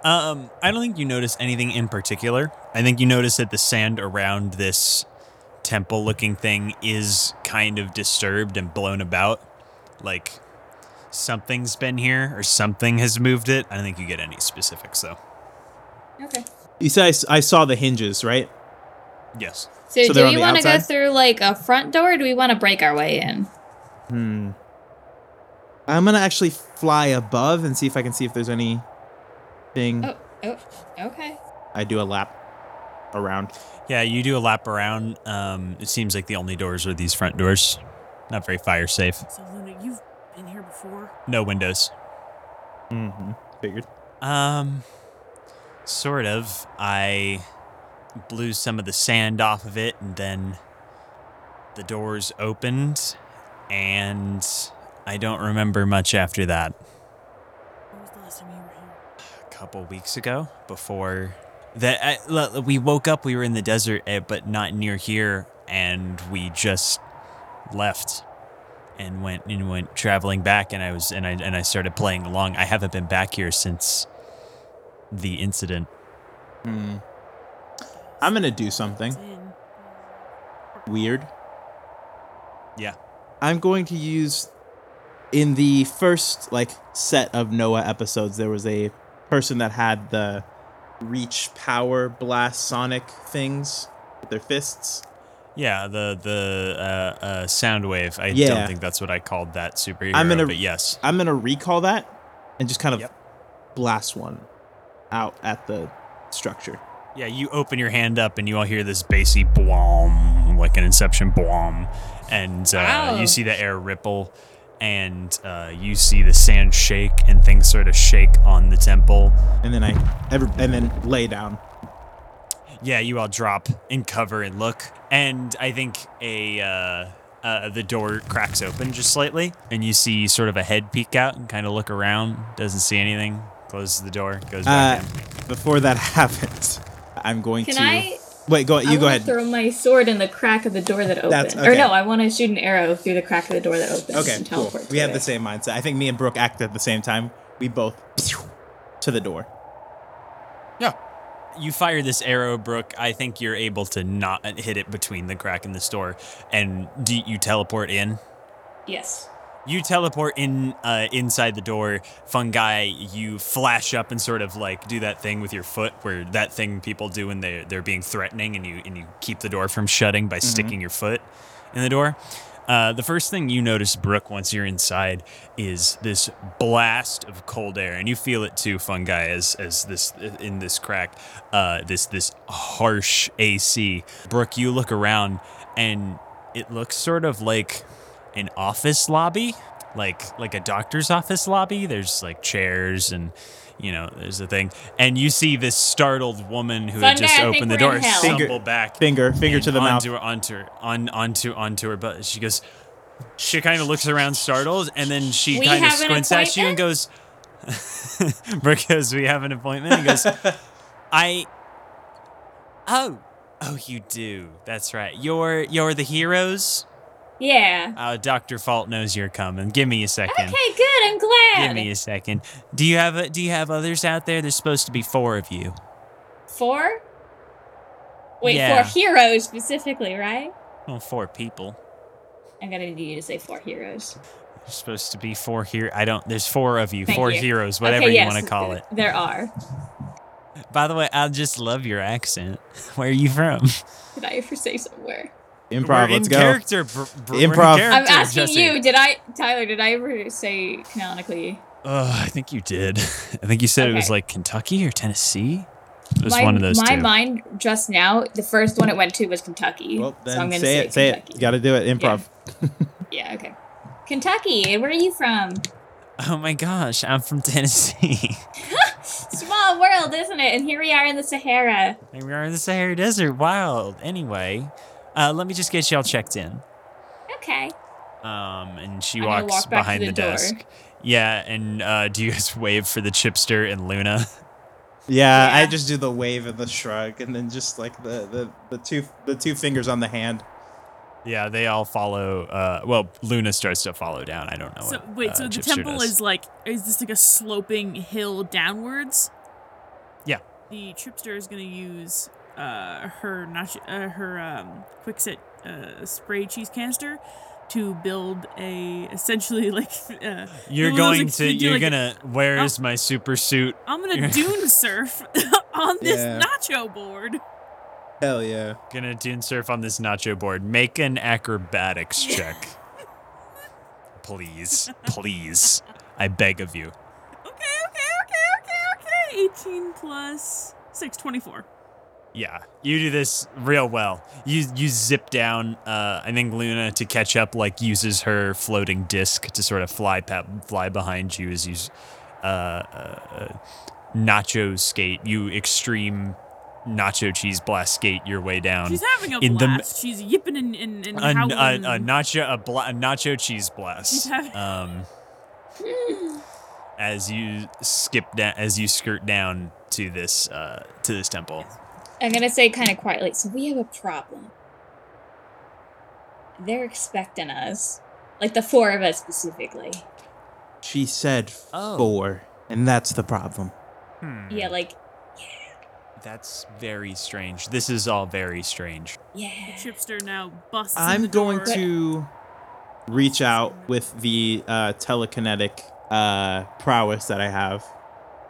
[SPEAKER 2] Um, I don't think you notice anything in particular. I think you notice that the sand around this temple looking thing is kind of disturbed and blown about. Like something's been here or something has moved it. I don't think you get any specifics though.
[SPEAKER 3] Okay.
[SPEAKER 4] you said I s- I, saw the hinges, right?
[SPEAKER 2] Yes.
[SPEAKER 3] So,
[SPEAKER 4] So they're
[SPEAKER 3] do
[SPEAKER 4] on
[SPEAKER 3] we
[SPEAKER 4] the
[SPEAKER 3] want to go
[SPEAKER 4] outside?
[SPEAKER 3] through like a front door or do we want to break our way in?
[SPEAKER 4] Hmm. I'm gonna actually fly above and see if I can see if there's anything. Mm.
[SPEAKER 3] Oh, oh, okay.
[SPEAKER 4] I do a lap around.
[SPEAKER 2] Yeah, you do a lap around. Um, it seems like the only doors are these front doors. Not very fire safe.
[SPEAKER 5] So Luna, you've been here before.
[SPEAKER 2] No windows.
[SPEAKER 4] Mm-hmm. Figured.
[SPEAKER 2] Um, sort of. I blew some of the sand off of it, and then the doors opened, and I don't remember much after that.
[SPEAKER 5] When was the last time you were here?
[SPEAKER 2] A couple weeks ago, before that, I, l- we woke up. We were in the desert, eh, but not near here, and we just left and went and went traveling back. And I was and I and I started playing along. I haven't been back here since the incident.
[SPEAKER 4] Hmm. I'm gonna do something
[SPEAKER 5] It's in.
[SPEAKER 4] weird.
[SPEAKER 2] Yeah.
[SPEAKER 4] I'm going to use in the first like set of Noah episodes there was a person that had the reach power blast sonic things with their fists.
[SPEAKER 2] Yeah, the the uh, uh, sound wave. I
[SPEAKER 4] Yeah.
[SPEAKER 2] don't think that's what I called that superhero.
[SPEAKER 4] I'm gonna-
[SPEAKER 2] but yes,
[SPEAKER 4] I'm going to recall that and just kind of
[SPEAKER 2] Yep.
[SPEAKER 4] blast one out at the structure.
[SPEAKER 2] yeah. You open your hand up and you all hear this bassy boom, like an Inception boom, and uh,
[SPEAKER 3] Wow.
[SPEAKER 2] you see the air ripple, and uh, you see the sand shake and things sort of shake on the temple.
[SPEAKER 4] And then I ever and then lay down.
[SPEAKER 2] Yeah, you all drop and cover and look, and I think a uh, uh, the door cracks open just slightly, and you see sort of a head peek out and kind of look around. Doesn't see anything. Closes the door. Goes
[SPEAKER 4] Uh,
[SPEAKER 2] back in.
[SPEAKER 4] before that happens, I'm going
[SPEAKER 3] Can
[SPEAKER 4] to
[SPEAKER 3] I?
[SPEAKER 4] Wait, go
[SPEAKER 3] I
[SPEAKER 4] you go
[SPEAKER 3] wanna
[SPEAKER 4] ahead.
[SPEAKER 3] Throw my sword in the crack of the door that opened.
[SPEAKER 4] That's-
[SPEAKER 3] Or
[SPEAKER 4] okay.
[SPEAKER 3] no, I want to shoot an arrow through the crack of the door that opened.
[SPEAKER 4] Okay,
[SPEAKER 3] and
[SPEAKER 4] cool.
[SPEAKER 3] teleport
[SPEAKER 4] We
[SPEAKER 3] to
[SPEAKER 4] have
[SPEAKER 3] it.
[SPEAKER 4] the same mindset. I think me and Brooke act at the same time. We both to the door.
[SPEAKER 2] you fire this arrow, Brooke. I think you're able to not hit it between the crack in the door, and do you teleport in?
[SPEAKER 3] Yes.
[SPEAKER 2] You teleport in uh, inside the door. Fungi, you flash up and sort of like do that thing with your foot, where that thing people do when they they're being threatening, and you and you keep the door from shutting by sticking your foot in the door. Uh, the first thing you notice, Brooke, once you're inside, is this blast of cold air, and you feel it too, fungi, as as this in this crack, uh, this this harsh AC. Brooke, you look around, and it looks sort of like an office lobby, like like a doctor's office lobby. There's like chairs and you know there's a thing, and you see this startled woman who had
[SPEAKER 3] Fungi,
[SPEAKER 2] just
[SPEAKER 3] I think
[SPEAKER 2] opened the
[SPEAKER 3] we're in
[SPEAKER 2] door
[SPEAKER 3] hell.
[SPEAKER 2] stumble
[SPEAKER 4] Finger-
[SPEAKER 2] back,
[SPEAKER 4] Finger, finger
[SPEAKER 2] and
[SPEAKER 4] to the mouth.
[SPEAKER 2] onto her, onto her, on onto onto her butt. She goes. She kind of looks around, startled, and then she
[SPEAKER 3] We
[SPEAKER 2] kind of
[SPEAKER 3] have an
[SPEAKER 2] squints at you and goes, "Brooke goes, we have an appointment." And goes, "I, oh, oh, you do. That's right. You're you're the heroes.
[SPEAKER 3] Yeah.
[SPEAKER 2] Uh, Doctor Fault knows you're coming. Give me a second.
[SPEAKER 3] Okay, good. I'm glad.
[SPEAKER 2] Give me a second. Do you have a, Do you have others out there? There's supposed to be four of you.
[SPEAKER 3] Four? Wait,
[SPEAKER 2] Yeah.
[SPEAKER 3] four heroes specifically, right?
[SPEAKER 2] Well, four people.
[SPEAKER 3] I'm gonna need you to say four heroes.
[SPEAKER 2] There's supposed to be four here. I don't. There's four of you.
[SPEAKER 3] Thank
[SPEAKER 2] four
[SPEAKER 3] you.
[SPEAKER 2] heroes. Whatever
[SPEAKER 3] Okay,
[SPEAKER 2] you
[SPEAKER 3] yes,
[SPEAKER 2] want to call it.
[SPEAKER 3] There are.
[SPEAKER 2] By the way, I just love your accent. Where are you from?
[SPEAKER 3] Did I ever say somewhere?
[SPEAKER 4] Improv,
[SPEAKER 2] We're
[SPEAKER 4] let's
[SPEAKER 2] in
[SPEAKER 4] go.
[SPEAKER 2] Character, br- br- we're in
[SPEAKER 4] Improv. I'm
[SPEAKER 2] character,
[SPEAKER 3] I'm asking
[SPEAKER 2] Jesse.
[SPEAKER 3] you, did I Tyler, did I ever say canonically?
[SPEAKER 2] Ugh, I think you did. I think you said it was
[SPEAKER 3] Okay.
[SPEAKER 2] like Kentucky or Tennessee. It was
[SPEAKER 3] my
[SPEAKER 2] one of those
[SPEAKER 3] my
[SPEAKER 2] two.
[SPEAKER 3] mind just now, the first one it went to was Kentucky.
[SPEAKER 4] Well,
[SPEAKER 3] so I'm
[SPEAKER 4] then
[SPEAKER 3] gonna
[SPEAKER 4] say it, say it.
[SPEAKER 3] Kentucky.
[SPEAKER 4] You gotta do it. Improv.
[SPEAKER 3] Yeah, okay. Kentucky, where are you from?
[SPEAKER 2] oh my gosh, I'm from Tennessee.
[SPEAKER 3] Small world, isn't it? And here we are in the Sahara.
[SPEAKER 2] Here we are in the Sahara Desert. Wild. Anyway, uh, let me just get y'all checked in.
[SPEAKER 3] Okay.
[SPEAKER 2] Um, and she
[SPEAKER 3] I'm gonna
[SPEAKER 2] walks
[SPEAKER 3] walk back to
[SPEAKER 2] behind
[SPEAKER 3] the
[SPEAKER 2] the,
[SPEAKER 3] door.
[SPEAKER 2] desk. Yeah, and uh, do you guys wave for the chipster and Luna?
[SPEAKER 4] Yeah, I
[SPEAKER 7] Yeah.
[SPEAKER 4] just do the wave and the shrug, and then just like the the, the two the two fingers on the hand.
[SPEAKER 2] Yeah, they all follow. Uh, well, Luna starts to follow down. I don't know.
[SPEAKER 5] So
[SPEAKER 2] what,
[SPEAKER 5] wait,
[SPEAKER 2] uh,
[SPEAKER 5] so the
[SPEAKER 2] Gypsy
[SPEAKER 5] temple
[SPEAKER 2] does.
[SPEAKER 5] is like is this like a sloping hill downwards?
[SPEAKER 2] Yeah.
[SPEAKER 5] The tripster is gonna use uh her not uh, her um quickset uh spray cheese canister to build a essentially like uh
[SPEAKER 2] You're
[SPEAKER 5] Luna's
[SPEAKER 2] going
[SPEAKER 5] ex-
[SPEAKER 2] to. You're
[SPEAKER 5] like,
[SPEAKER 2] gonna. Where is my super suit?
[SPEAKER 5] I'm gonna dune surf on this
[SPEAKER 4] Yeah.
[SPEAKER 5] nacho board.
[SPEAKER 4] Hell yeah!
[SPEAKER 2] Gonna dune surf on this nacho board. Make an acrobatics check, please, please. I beg of you.
[SPEAKER 5] Okay, okay, okay, okay, okay. 18 plus 6, 24.
[SPEAKER 2] Yeah, you do this real well. You you zip down. Uh, I think Luna to catch up, like uses her floating disc to sort of fly pa- fly behind you as you s- uh, uh, uh, nacho skate. You extreme nacho cheese blast skate your way down.
[SPEAKER 5] She's having a
[SPEAKER 2] in the m- uh,
[SPEAKER 5] blast. She's yipping and, and, and
[SPEAKER 2] a, n-
[SPEAKER 5] howling.
[SPEAKER 2] a, a nacho a, bla- a nacho cheese blast.
[SPEAKER 5] She's having-
[SPEAKER 2] Um,
[SPEAKER 3] Hmm.
[SPEAKER 2] as you skip down, as you skirt down to this uh, to this temple.
[SPEAKER 3] I'm gonna say kind of quietly. So we have a problem. They're expecting us, like the four of us specifically.
[SPEAKER 4] She said
[SPEAKER 2] Oh.
[SPEAKER 4] four, and that's the problem.
[SPEAKER 3] Yeah, like
[SPEAKER 2] Hmm. That's very strange. This is all very strange.
[SPEAKER 3] yeah.
[SPEAKER 5] Chipster now busts. in
[SPEAKER 4] I'm
[SPEAKER 5] the
[SPEAKER 4] going
[SPEAKER 5] door.
[SPEAKER 4] to reach out with the uh, telekinetic uh, prowess that I have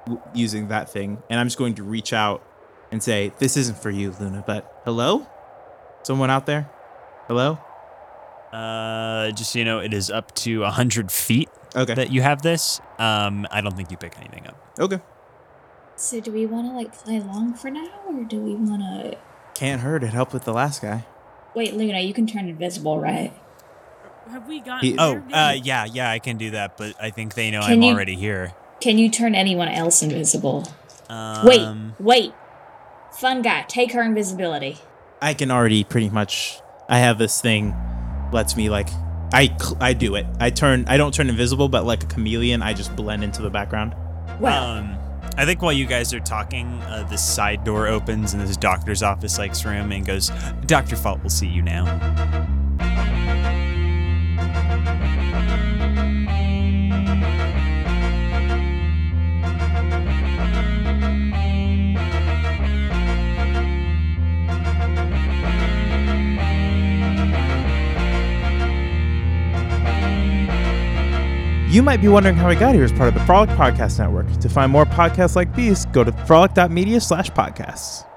[SPEAKER 4] w- using that thing, and I'm just going to reach out and say, "This isn't for you, Luna." But hello, someone out there? Hello?
[SPEAKER 2] Uh, just so you know, it is up to 100 feet
[SPEAKER 4] Okay.
[SPEAKER 2] that you have this. Um, I don't think you pick anything up.
[SPEAKER 4] okay.
[SPEAKER 3] So do we want to like play along for now, or do we want to?
[SPEAKER 4] Can't hurt. It helped with the last guy.
[SPEAKER 3] Wait, Luna, you can turn invisible, right?
[SPEAKER 5] Have we gotten.
[SPEAKER 4] He-
[SPEAKER 2] Oh,
[SPEAKER 5] there
[SPEAKER 2] uh,
[SPEAKER 5] yet?
[SPEAKER 2] yeah, yeah, I can do that, but I think they know
[SPEAKER 3] Can
[SPEAKER 2] I'm
[SPEAKER 3] you-
[SPEAKER 2] already here.
[SPEAKER 3] Can you turn anyone else invisible?
[SPEAKER 2] Um,
[SPEAKER 3] Wait, wait. Fun guy, take her invisibility.
[SPEAKER 4] I can already pretty much. I have this thing, lets me like. I, cl- I do it. I turn. I don't turn invisible, but like a chameleon, I just blend into the background.
[SPEAKER 3] Well,
[SPEAKER 2] Um, I think while you guys are talking, uh, this side door opens and this doctor's office likes room and goes, Dr. Fault will see you now.
[SPEAKER 4] You might be wondering how I got here as part of the Frolic Podcast Network. To find more podcasts like these, go to frolic.media slash podcasts.